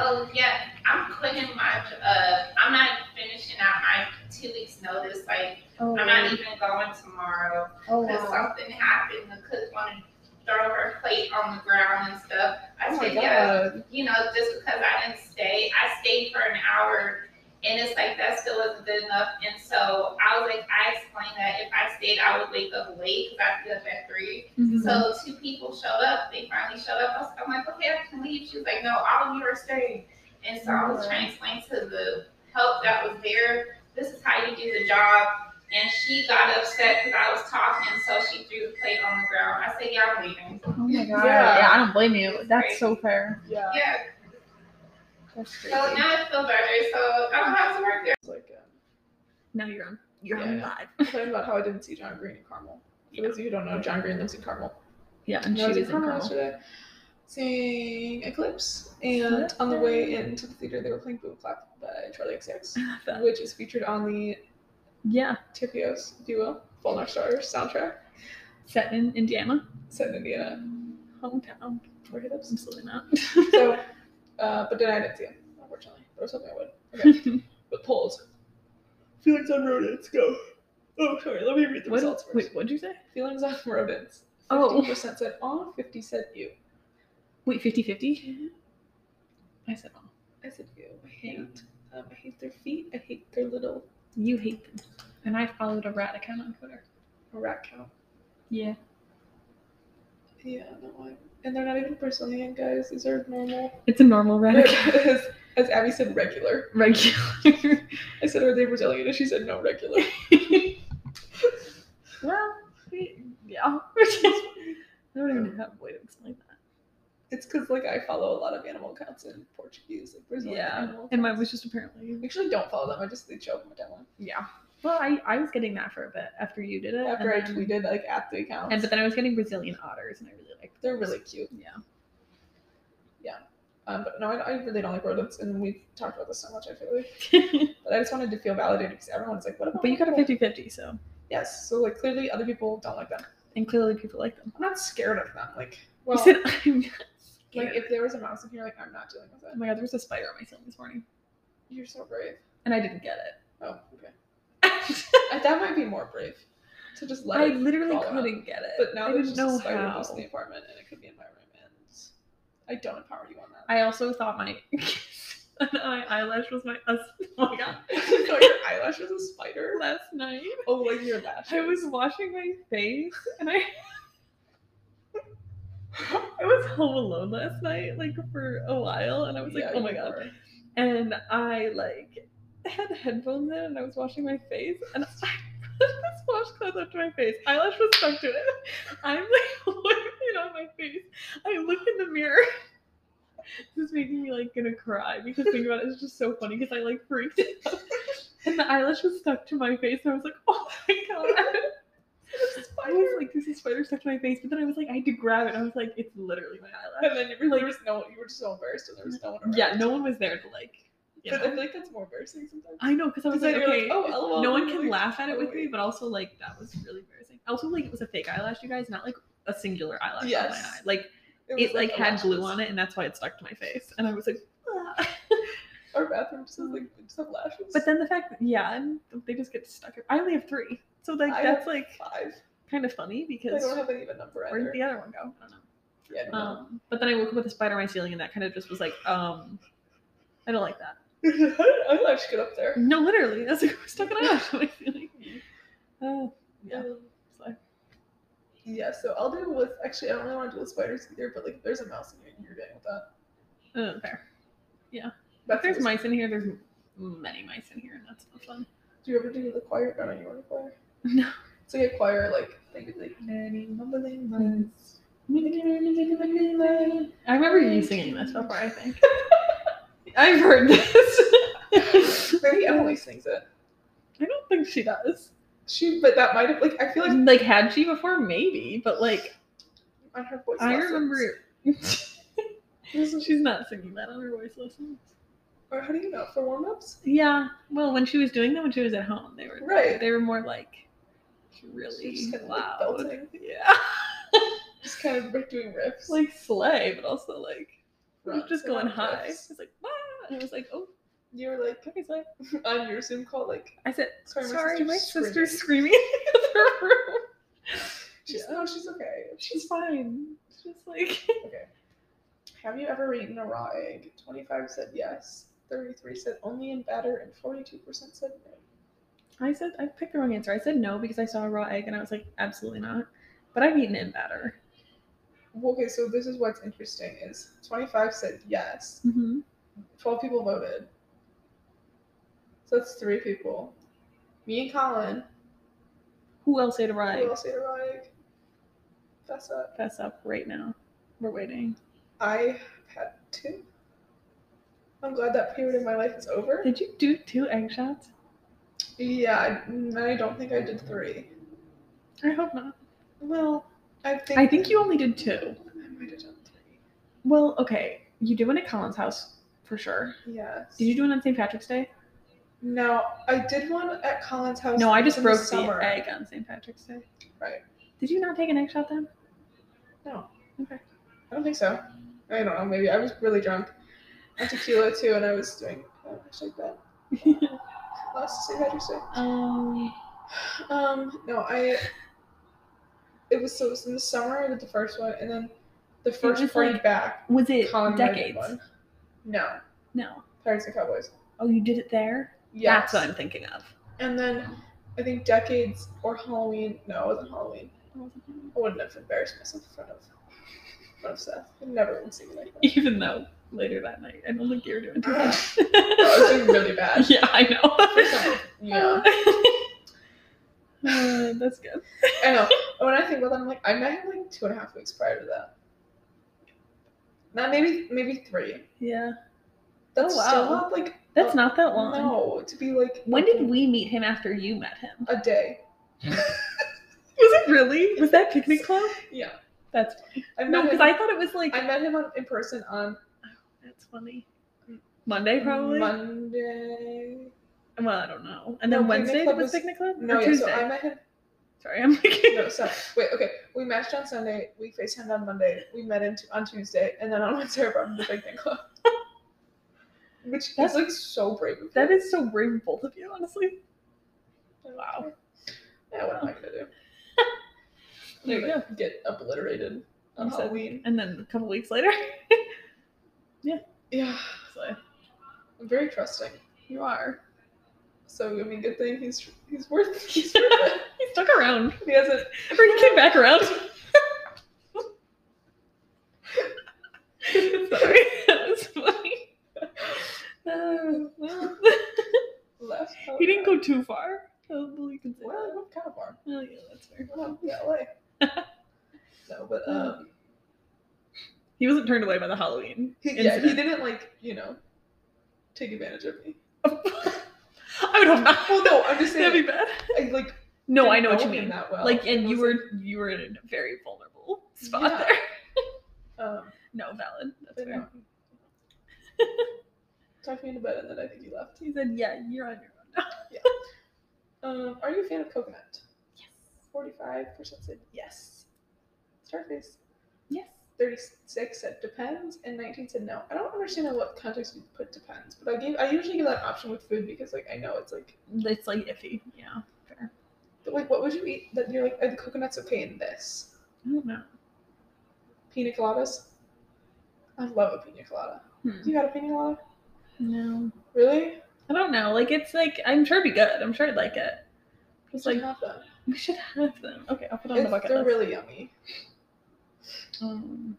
C: Oh yeah, I'm putting my. Uh, I'm not finishing out my two weeks notice. Like
B: Oh,
C: I'm not even going tomorrow
B: oh
C: because
B: wow.
C: something happened. The cook wanted to throw her plate on the ground and stuff. I
B: Oh my
C: said yeah,
B: god.
C: you know, just because I didn't stay, I stayed for an hour and it's like that still isn't good enough. And so I was like, I explained that if I stayed, I would wake up late because I have to be up at three.
A: Mm-hmm.
C: So two people showed up. They finally showed up. I was, I'm like, okay, I can leave. She was like, no, all of you are staying. And so I was trying to explain to the help that was there, this is how you do the job. and she got upset because I was talking, so she threw the plate on the ground. I said, "Yeah, I'm leaving."
A: Oh my god.
B: Yeah.
A: Yeah, I don't blame you. That's so fair.
B: Yeah.
C: Yeah.
A: That's
C: So
A: crazy.
C: now I feel better. So I don't have to work there.
B: It's like um,
A: Now you're on. You're on
B: Yeah.
A: live.
B: talking about how I didn't see John Green in Carmel. For those of you who don't know, John Green lives in Carmel.
A: Yeah, and
B: I
A: she was in
B: Carmel
A: Carmel.
B: yesterday, seeing Eclipse, and on the way into the theater, they were playing Boom Clap by Charlie XX,
A: <laughs>
B: which is featured on the
A: Yeah,
B: Tipios, if you will, Fall in Our Stars soundtrack,
A: set in Indiana,
B: set in Indiana.
A: hometown.
B: Where he lives.
A: Absolutely not. <laughs>
B: so, uh, but then I didn't see him, unfortunately. But I was hoping I would. Okay. but polls. Feelings on rodents, go. Oh, sorry, let me read the results
A: What?
B: first.
A: Wait, what'd you say?
B: Feelings on rodents.
A: Oh.
B: 50% said aw, 50 said you.
A: Wait, 50-50? I said, oh,
B: I said you. I hate. Um, I hate their feet. I hate their little
A: you hate them. And I followed a rat account on Twitter.
B: rat count.
A: Yeah.
B: Yeah, no one. And they're not even Brazilian guys. These are normal.
A: <laughs> It's a normal rat account. <laughs>
B: as, as Abby said, regular.
A: Regular.
B: I said, are they Brazilian? And she said, no, regular.
A: well, <laughs> yeah. I don't even have a way to explain that.
B: It's because like I follow a lot of animal accounts in Portuguese, like Brazilian animal.
A: And mine
B: accounts.
A: was just apparently.
B: I actually don't follow them. I just they show up in my timeline.
A: Yeah. Well, I, I was getting that for a bit after you did it.
B: After I
A: and then-
B: tweeted like at the account,
A: And but then I was getting Brazilian otters, and I really like.
B: they're really cute.
A: Yeah.
B: Um, but no, I, I really don't like rodents, and we've talked about this so much. I feel like,
A: <laughs>
B: but I just wanted to feel validated because everyone's like, "What about?"
A: but you got a
B: rodents?
A: 50-50, so
B: Yes. So like clearly other people don't like them.
A: and clearly people like them.
B: I'm not scared of them. Like well
A: you said <laughs> I'm not
B: like
A: scared.
B: if there was a mouse in here, like I'm not dealing with
A: oh
B: it.
A: my god, there was a spider on my ceiling this morning,
B: You're so brave.
A: and I didn't get it. <laughs>
B: Oh, okay. <laughs> I- that might be more brave. To just let
A: I
B: it
A: literally
B: fall out.
A: couldn't get it.
B: But now
A: I
B: there's
A: didn't
B: just a
A: know
B: spider
A: how.
B: loose in the apartment and it could be in my room and I don't empower you on that.
A: I also thought my <laughs> my eyelash was my. Oh
B: <laughs>
A: my god!
B: so your eyelash is a spider?
A: <laughs> Last night
B: Oh like your lashes.
A: I was washing my face, and I <laughs> I was home alone last night, like for a while, and I was like,
B: Yeah,
A: oh my
B: you
A: god.
B: were.
A: and I like had headphones in and I was washing my face and I <laughs> put this washcloth up to my face. Eyelash was stuck to it. <laughs> I'm like <laughs> wiping it on my face. I look in the mirror. <laughs> This is making me like gonna cry because thinking about it is just so funny because I like freaked <laughs> out. And the eyelash was stuck to my face and I was like, <laughs> oh my god. <laughs> I was like, this is spider stuck to my face, but then I was like, I had to grab it. and I was like, it's literally my eyelash.
B: And then you were, there was no you were just so embarrassed and there was no one around.
A: Yeah, no one was there to like. You
B: But
A: know.
B: I feel like that's more embarrassing sometimes.
A: I know, because I was
B: 'Cause then
A: like,
B: you're like,
A: okay,
B: oh, LOL,
A: no one
B: I'm
A: can
B: like,
A: laugh at it
B: oh,
A: with me,
B: wait.
A: but also like that was really embarrassing. Also, like it was a fake eyelash, you guys, not like a singular eyelash on my
B: Yes.
A: eye. Like it,
B: was
A: like
B: the
A: had glue
B: lashes.
A: on it, and that's why it stuck to my face. And I was like, ah.
B: Our bathroom just has like just have lashes.
A: but then the fact that yeah, and they just get stuck. I only have three, so like
B: I
A: that's
B: have
A: like
B: five.
A: kind of funny
B: I
A: because
B: don't have an even number
A: where did
B: either.
A: the other one go? I don't know.
B: Yeah, I don't know. <laughs>
A: Um, but then I woke up with a spider on my ceiling, and that kind of just was like, um, I don't like that.
B: How did eyelash get up there?
A: No, literally, that's like stuck an eyelash <laughs> on my ceiling. Oh, yeah.
B: Um,
A: So-
B: Yeah, so I'll deal with. Actually, I don't really want to deal with spiders either, but like, if there's a mouse in here, you're dealing with that.
A: oh, fair.
B: But
A: There's mice in here. There's m- many mice in here, and that's not fun.
B: Do you ever do the choir? I don't know, you want to choir?
A: No.
B: It's like a choir, like, thing is like, nanny, mumbling mice. minny, minny, minny, minny, minny.
A: I remember you singing this before. I think
B: <laughs>
A: I've heard <laughs> this.
B: Maybe Emily sings it.
A: I don't think she does.
B: She, but that might have, like, I feel like
A: Like had she before, maybe, but like
B: on her voice.
A: I
B: lessons-
A: remember. <laughs> She's not singing that on her voice lessons.
B: Or uh, how do you know? For warm ups?
A: Yeah. Well, when she was doing them, when she was at home, they were
B: Right.
A: they were more like really
B: She's just kind of like
A: loud.
B: belting.
A: yeah.
B: Just kind of like doing
A: <laughs>
B: riffs.
A: like sleigh, but also like it was
B: Right,
A: just
B: so
A: going
B: not
A: high.
B: riffs.
A: It's like wow, and I was like, oh,
B: you were like, <laughs>
A: okay, sleigh.
B: on your Zoom call, like,
A: I said,
B: Sorry, my
A: sorry, my
B: sister's
A: sister's screaming in the other
B: <laughs>
A: room.
B: she's,
A: Yeah.
B: no, she's okay.
A: She's fine. She's like,
B: Have you ever eaten a raw egg? 25 said yes, 33 said only in batter, and 42% said no.
A: I said, I picked the wrong answer. I said no because I saw a raw egg and I was like, absolutely not. But I've eaten in batter.
B: Well, Okay, so this is what's interesting is 25 said yes,
A: Mm-hmm.
B: 12 people voted. So that's three people. Me and Colin,
A: Who else ate a
B: Who
A: ride?
B: else ate a ride? Fess up.
A: Fess up right now. We're waiting.
B: I had two. I'm glad that period in my life is over.
A: Did you do two egg shots?
B: Yeah, I- mm, I don't think I did three.
A: I hope not.
B: Well, I think
A: I think you only did two.
B: I might have done three.
A: Well, okay. You did one at Colin's house for sure.
B: Yes.
A: Did you do one on St. Patrick's Day?
B: No, I did one at Colin's house.
A: No, I just
B: in
A: broke the
B: summer.
A: egg on St. Patrick's Day.
B: Right.
A: Did you not take an egg shot
B: <laughs>
A: then?
B: No.
A: Okay.
B: I don't think so. I don't know. Maybe I was really drunk. I had tequila too, and I was doing uh, shake that. Last St. Patrick's Day.
A: um.
B: Um, no, I. It was so it was in the summer. I did the first one, and then the first
A: was
B: party
A: like
B: back.
A: Was it
B: Colin and I did
A: decades?
B: one. No,
A: No.
B: Pirates and Cowboys.
A: Oh, you did it there.
B: Yeah.
A: That's what I'm thinking of.
B: And then I think decades or Halloween. No, it wasn't Halloween. I wouldn't have embarrassed myself in front of in front of Seth. I've never been seen
A: <laughs>
B: like that.
A: Even though later that night, I don't think you were <laughs> doing too much.
B: I was doing Oh, really bad.
A: <laughs> yeah, I
B: For
A: know.
B: some- yeah.
A: Uh, that's good.
B: I know. And When I think about that, I'm like, I met him like two and a half weeks prior to that. Not maybe maybe three.
A: Yeah,
B: That's
A: Oh, wow.
B: still not like
A: that's not that long.
B: No, to be like
A: When did we meet him after you met him?
B: a day?
A: Was it really? Was that picnic club?
B: Yeah.
A: That's
B: I met
A: no,
B: him,
A: because I thought it was like
B: I met him on, in person on
A: that's funny. Monday probably.
B: Monday.
A: well, I don't know. And
B: No,
A: then
B: picnic
A: Wednesday
B: club
A: was,
B: was-
A: picnic club
B: No,
A: or
B: yeah,
A: Tuesday.
B: so I met him.
A: Sorry, I'm <laughs> like
B: No, so wait, okay. We matched on Sunday. We FaceTimed on Monday. We met him t- on Tuesday, and then on Wednesday I brought him to Big
A: <laughs>
B: Thing Club. Which
A: That's-
B: that's like so brave. of
A: that
B: me.
A: is so brave of both of you, honestly. Wow.
B: Yeah, what am I gonna do?
A: <laughs> There you
B: Like, Get obliterated on
A: You said-
B: Halloween.
A: And then a couple weeks
B: <laughs>
A: later,
B: Yeah,
A: so
B: I'm very trusting.
A: you are.
B: So I mean, good thing he's he's worth he's
A: <laughs>
B: worth it.
A: He stuck
B: <laughs>
A: around,
B: He hasn't
A: or he came back
B: <laughs>
A: around. <laughs> Sorry, <laughs> that was
B: <laughs>
A: funny. <laughs> Uh, well,
B: left.
A: he didn't go too far. Hopefully, you can say
B: Well,
A: that.
B: what kind of farm?
A: Oh, yeah, that's fair.
B: Well, yeah, like.
A: <laughs>
B: no, but um,
A: He wasn't turned away by the Halloween.
B: he, yeah, he
A: incident.
B: didn't like you know take advantage of me.
A: <laughs> I would hope not.
B: Well, no, I'm just saying
A: <laughs> That'd be bad.
B: I like.
A: No, I
B: didn't
A: know what you
B: him
A: mean.
B: That well.
A: Like,
B: I
A: and you
B: was
A: were you were in a very vulnerable spot
B: Yeah.
A: there. <laughs>
B: like, um,
A: No, valid. That's
B: but
A: fair.
B: no. <laughs> talked me into bed, and then I think he left.
A: He said, "Yeah, you're on your own." now."
B: Um, are you a fan of coconut?
A: yes.
B: Forty-five percent said yes. Starface.
A: Yes.
B: Thirty-six said depends, and nineteen said no. I don't understand in what context we put depends, but I gave I usually give that option with food because like I know it's like
A: It's like iffy. Yeah. Fair.
B: But like, what would you eat that you're like, are the coconuts okay in this?
A: I don't know.
B: Pina coladas? I love a pina colada.
A: Hmm.
B: You had a pina colada?
A: No.
B: Really?
A: I don't know. Like, it's like I'm sure it'd be good. I'm sure I'd like it. It's
B: You should
A: like
B: have them.
A: we should have them. Okay, I'll put it on the
B: It's-
A: bucket
B: they're
A: list.
B: really yummy.
A: um,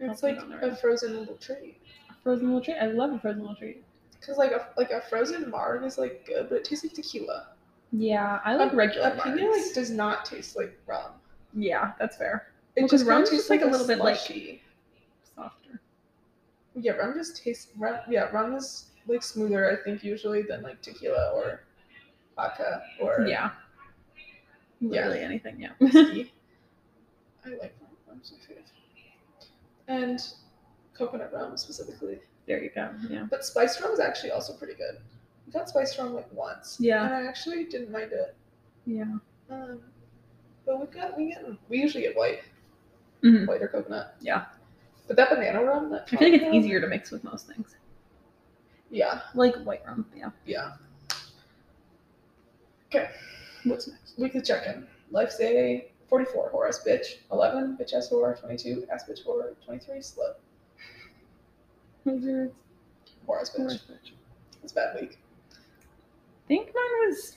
B: It's
A: put it
B: like
A: on there.
B: a frozen little treat.
A: frozen little treat. I love a frozen little treat.
B: Cause like a like a frozen marg is like good, but it tastes like tequila.
A: Yeah, I
B: like
A: like regular.
B: A pina like does not taste like rum.
A: yeah, that's fair.
B: It
A: Well, 'cause
B: just kinda
A: rum's
B: tastes
A: just, like, a little bit, like-
B: slushy.
A: Softer.
B: yeah, rum just tastes rum. Yeah, rum is like smoother I think usually than like tequila or vodka or
A: Yeah.
B: Yeah.
A: Literally anything. <laughs> Yeah.
B: whiskey. I like rum. Rum's my favorite. And coconut rum specifically.
A: There you go. Yeah.
B: But spiced rum is actually also pretty good. We got spiced rum like once.
A: Yeah.
B: And I actually didn't mind it.
A: Yeah.
B: Um, but we got we get we usually get white
A: Mhm.
B: white or coconut.
A: Yeah.
B: But that banana rum that
A: I feel like
B: coconut
A: it's
B: rum-
A: easier to mix with most things,
B: Yeah,
A: like white rum. Yeah.
B: yeah.
A: What's next?
B: Weekly check-in. Life's day 44, whore ass bitch. 11, bitch ass whore. 22, ass bitch whore. 23, slut.
A: I
B: Whore ass bitch. It's a bad week.
A: think mine was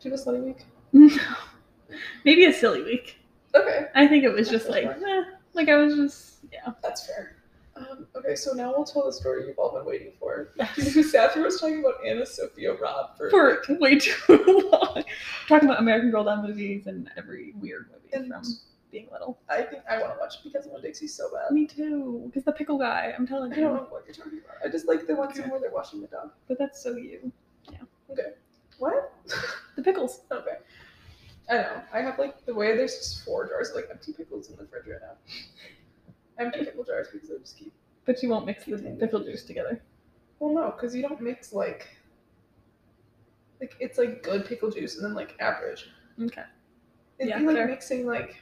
B: Do you have a slutty week?
A: <laughs> maybe a silly week.
B: Okay,
A: I think it was just like, eh, like I was just yeah.
B: that's fair. Um, okay, so now we'll tell the story you've all been waiting for. <laughs> Saffir was talking about Anna Sophia Robb for,
A: for way too <laughs> long. Talking about American Girl Doll movies and every weird movie
B: And-
A: from being little.
B: I think I want to watch it because I want Dixie so bad.
A: Me too, because the pickle guy. I'm telling
B: I
A: you,
B: don't know what you're talking about. I just like the ones
A: Okay.
B: where they're watching the dog.
A: but that's so you.
B: What? <laughs>
A: The pickles.
B: Okay. I know. I have like the way there's just four jars of like empty pickles in the fridge right now. empty pickle jars because I just keep.
A: But you won't mix the pickle juice together.
B: Well, no, because you don't mix like. Like it's like good pickle juice and then like average.
A: Okay.
B: It'd
A: Yeah,
B: be like
A: fair.
B: mixing like.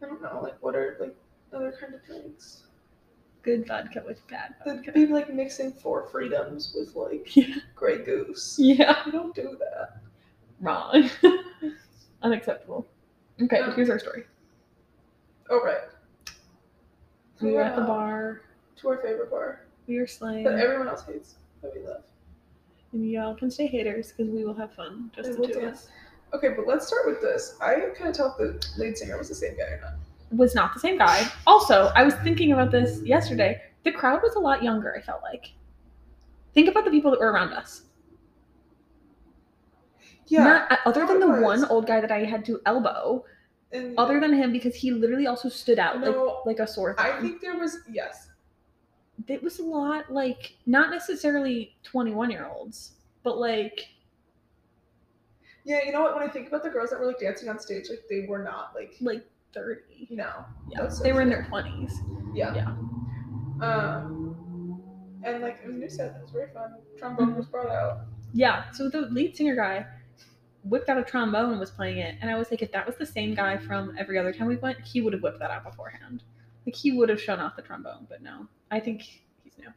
B: I don't know, like what are like other kind of drinks?
A: Good vodka with bad
B: It'd
A: vodka.
B: be like mixing four freedoms with like
A: <laughs> Yeah.
B: Grey Goose.
A: Yeah.
B: You don't do that.
A: Wrong. <laughs> Unacceptable. Okay,
B: Um,
A: here's our story.
B: All right.
A: We were at the
B: Yeah.
A: bar.
B: To our favorite bar
A: We were slaying.
B: that everyone else hates that we love.
A: And y'all can stay haters because we will have fun. Just
B: They
A: the
B: will
A: two of
B: dance.
A: us.
B: Okay, but let's start with this. I couldn't tell if the lead singer was the same guy or not.
A: Was not the same guy. Also, I was thinking about this yesterday. The crowd was a lot younger, I felt like. Think about the people that were around us.
B: Yeah.
A: Not, uh, other than the
B: Otherwise-
A: one old guy that I had to elbow,
B: and
A: other than him, because he literally also stood out like,
B: no,
A: like a sore thumb.
B: I think there was yes.
A: it was a lot like not necessarily 21 year olds but like
B: Yeah, you know what? When I think about the girls that were like dancing on stage, like they were not like
A: like 30
B: no.
A: yeah
B: That's so
A: they were in their 20s
B: Yeah.
A: Yeah.
B: Um, and like it was a new set. It was very fun. Trombone was brought out.
A: yeah so the lead singer guy whipped out a trombone and was playing it and i was like if that was the same guy from every other time we went he would have whipped that out beforehand like he would have shown off the trombone but no i think he's new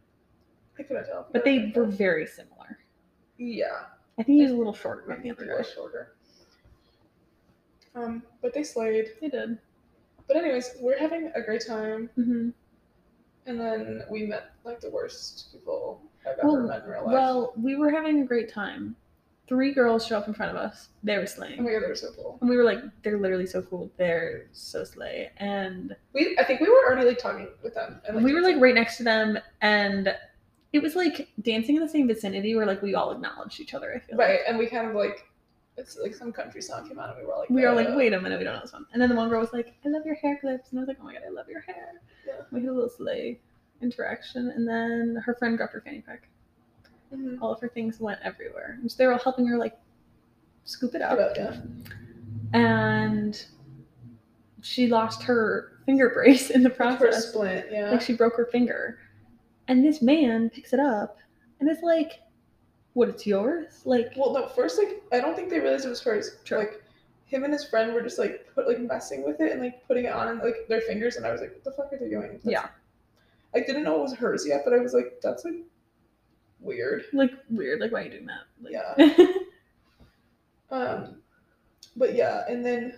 B: I couldn't tell.
A: but they were very similar
B: yeah.
A: i think he was a little shorter
B: I
A: than the
B: think
A: other
B: they
A: guy
B: were shorter. Um, but they slayed.
A: they did
B: But anyways, we're having a great time.
A: hmm
B: And then we met like the worst people I've
A: Well,
B: ever met in real life.
A: well we were having a great time three girls show up in front of us they were slaying
B: oh my god, they were so cool.
A: And we were like, they're literally so cool. They're so slay. And
B: We I think we were already like talking with them. And,
A: we were like right next to them. And it was like dancing in the same vicinity where like we all acknowledged each other. I feel like.
B: right, and we kind of like it's like some country song came out and we were all like
A: We were like,
B: uh,
A: wait a minute, we don't know this one. And then the one girl was like, I love your hair clips. And I was like, oh my God, I love your hair.
B: Yeah.
A: We had a little slay interaction. And then her friend dropped her fanny pack.
B: mhm.
A: All of her things went everywhere. And so they were all helping her like scoop it up.
B: But, yeah.
A: And she lost her finger brace in the
B: Like,
A: process.
B: for a splint, yeah.
A: Like she broke her finger. And this man picks it up and is like, What, it's yours? Like,
B: well no, first like I don't think they realized it was hers.
A: Sure.
B: Like him and his friend were just like put like messing with it and like putting it on and, like their fingers and I was like, What the fuck are they doing? That's-
A: Yeah.
B: I didn't know it was hers yet, but I was like, that's like weird.
A: like weird. Like, why are you doing that? Like,
B: Yeah. Um, but yeah, and then,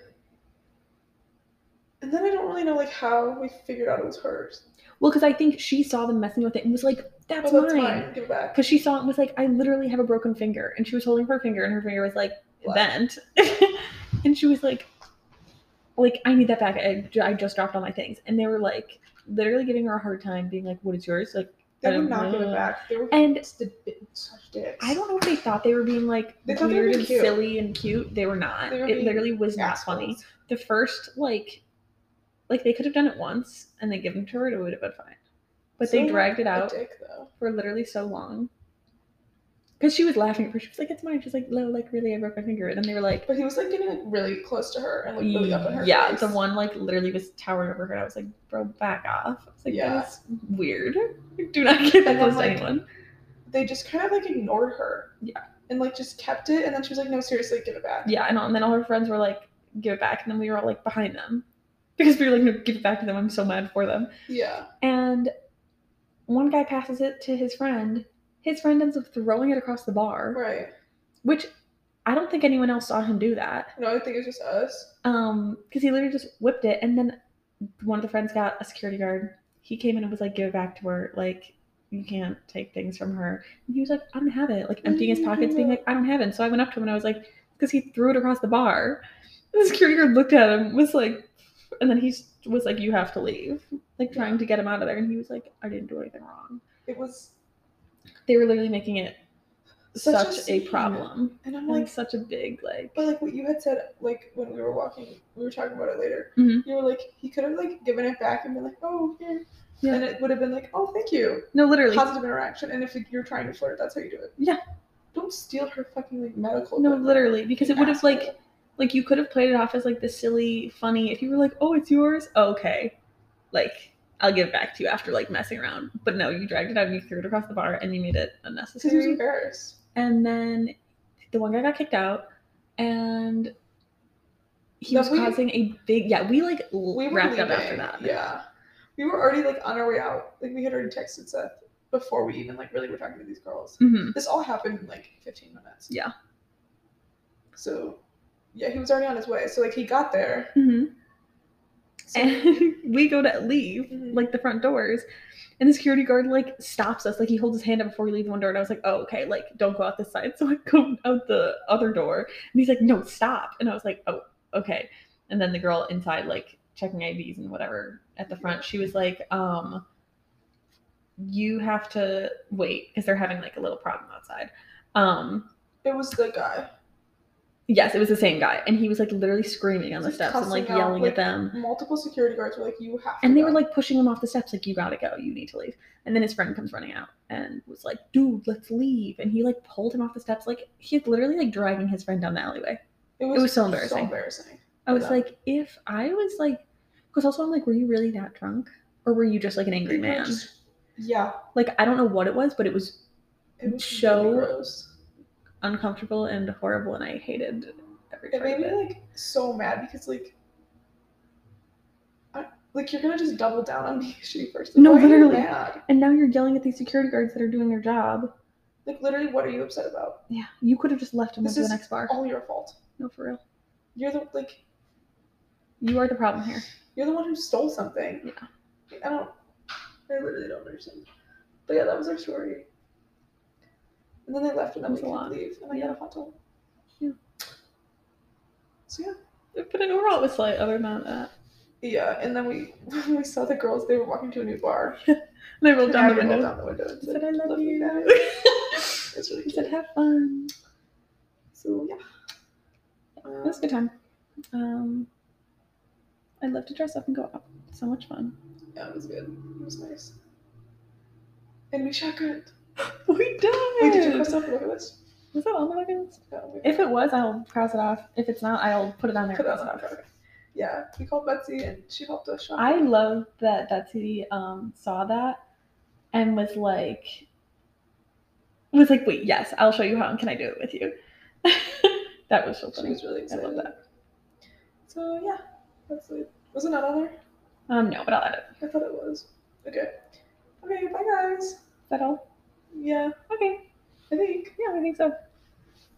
B: and then I don't really know like how we figured out it was hers.
A: <laughs> well, because I think she saw them messing with it and was like, That's,
B: oh, that's
A: mine.
B: Give it back.
A: Because she saw it and was like, I literally have a broken finger. And she was holding her finger and her finger was like
B: Wow.
A: bent. <laughs> and she was like, like, I need that back. I, I just dropped all my things. And they were like, literally giving her a hard time, being like, What is yours? Like, I
B: They
A: don't
B: would not give it
A: know.
B: back. They were
A: and
B: sti- such dicks.
A: I don't know if they thought they were being like
B: They thought they were
A: weird
B: being
A: and
B: cute.
A: silly and cute. They were not.
B: They were
A: it
B: being
A: literally was not
B: Assholes.
A: funny. The first like, like they could have done it once and they given it to her, it would have been fine. But
B: So
A: they dragged it
B: a
A: out
B: dick, though.
A: for literally so long. Because she was laughing at first, she was like, "It's mine." She's like, "No, like really, I broke my finger." And then they were like,
B: But he was like getting like really close to her and like really up in her
A: "Yeah."
B: face.
A: The one like literally was towering over her, and I was like, "Bro, back off!" I was like,
B: Yeah.
A: "That's weird. <laughs> Do not get that
B: And then,
A: close to
B: like,
A: anyone."
B: They just kind of like ignored her.
A: Yeah.
B: And like just kept it, and then she was like, "No, seriously, give it back."
A: yeah, and, all, and then all her friends were like, give it back. And then we were all like behind them because we were like, no, give it back to them. I'm so mad for them.
B: Yeah.
A: And one guy passes it to his friend. His friend ends up throwing it across the bar,
B: Right.
A: which I don't think anyone else saw him do that.
B: No, I think it was just us.
A: Um, because he literally just whipped it. And then one of the friends got a security guard. He came in and was like, give it back to her. Like, you can't take things from her. And he was like, I don't have it. Like, emptying
B: Mm,
A: his pockets, being like, I don't have it. And so I went <laughs> up to him and I was like, because he threw it across the bar. The security guard looked at him, was like, And then he was like, "You have to leave," like trying to get him out of there. And he was like, "I didn't do anything wrong."
B: It was
A: They were literally making it
B: Such a
A: such, a,
B: scene.
A: problem,
B: and I'm
A: and, like
B: like
A: such a big like.
B: but like what you had said like when we were walking we were talking about it later.
A: Mhm.
B: You were like he could have like given it back and been like, Oh here
A: Yeah.
B: and it would have been like, Oh thank you.
A: No, literally.
B: Positive interaction and if you're trying to flirt, that's how you do it.
A: Yeah.
B: Don't steal her fucking like medical
A: No,
B: equipment,
A: literally, because
B: you
A: it would have like
B: asshole.
A: like you could have played it off as like the silly funny if you were like oh it's yours okay like i'll give it back to you after like messing around but no you dragged it out and you threw it across the bar and you made it
B: because he was <laughs>
A: unnecessary
B: embarrassed.
A: and then the one guy got kicked out and he
B: No,
A: was
B: we-
A: causing a big yeah we like l-
B: we were
A: wrapped up after
B: leaving,
A: that
B: Yeah, we were already like on our way out. Like we had already texted Seth before we even like really were talking to these girls.
A: Mhm.
B: This all happened in like 15 minutes.
A: Yeah.
B: So, yeah, he was already on his way. So like he got there.
A: Mhm. <laughs>
B: So,
A: and we go to leave
B: Mhm.
A: like the front doors and the security guard like stops us like he holds his hand up before we leave one door and i was like oh okay like don't go out this side <laughs> so i go out the other door and he's like no stop and i was like oh okay and then the girl inside like checking ivs and whatever at the front she was like um you have to wait because they're having like a little problem outside um
B: it was the guy
A: yes it was the same guy and he was like literally screaming on the
B: Just
A: steps and like
B: cussing out,
A: yelling
B: like,
A: at them
B: multiple security guards were like you have to
A: and they
B: go."
A: were like pushing him off the steps, like, you gotta go, you need to leave. And then his friend comes running out and was like, dude, let's leave. And he like pulled him off the steps. Like he's literally like dragging his friend down the alleyway. it was so embarrassing.
B: embarrassing.
A: I was
B: Yeah.
A: like, if I was like, because also I'm like, were you really that drunk? Or were you just like an angry
B: People
A: man?
B: just- yeah
A: Like, I don't know what it was, but it was
B: it was
A: So
B: really gross
A: uncomfortable and horrible and I hated every
B: It
A: part
B: made
A: of
B: me
A: it.
B: like so mad because like, I, like you're gonna just double down on me, <laughs> shitty person.
A: No,
B: Why are you
A: literally.
B: mad?
A: And now you're yelling at these security guards that are doing their job.
B: Like literally, what are you upset about?
A: Yeah, you could have just left and went
B: This
A: to the
B: is
A: next bar.
B: All your fault.
A: No, for real.
B: You're the like
A: You are the problem here.
B: you're the one who stole something.
A: Yeah.
B: Like, I don't. I literally don't understand. But yeah, that was our story. And then they left, and
A: That
B: then
A: was
B: we
A: a lot.
B: could leave, and I
A: Yeah.
B: got a hot tub.
A: Yeah.
B: So yeah.
A: But in overall, it was like, other than that.
B: Yeah, and then we <laughs> when we saw the girls. They were walking to a new bar.
A: And I rolled
B: And I
A: down the
B: rolled
A: window.
B: down the window and
A: He said, I love, you.
B: guys." It's really
A: he said,
B: cute.
A: have fun.
B: So yeah.
A: It was a good time. Um, I'd love to dress up and go out. So much fun.
B: Yeah, it was good. It was nice. And we shotgunned.
A: <laughs> We did.
B: Wait, did you cross off the bucket list?
A: was that on the bucket list?
B: No, we-
A: If it was, I'll cross it off. If it's not, I'll put it on there.
B: Put
A: and
B: <laughs> that
A: cross it
B: on
A: off.
B: the bucket. Yeah, we called Betsy and she helped us shop.
A: I love that Betsy um, saw that and was like, was like, wait, yes, I'll show you how and can I do it with you? <laughs> that was so
B: She
A: funny.
B: was really
A: I
B: excited.
A: love that.
B: So yeah, that's it. Was it not on there?
A: Um, no, but I'll edit. Is
B: I thought it was. Okay. Okay, bye guys.
A: that all?
B: Yeah,
A: Okay.
B: I think.
A: Yeah, I think so.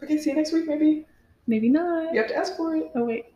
B: Okay, see you next week maybe.
A: Maybe not.
B: You have to ask for it.
A: Oh, wait.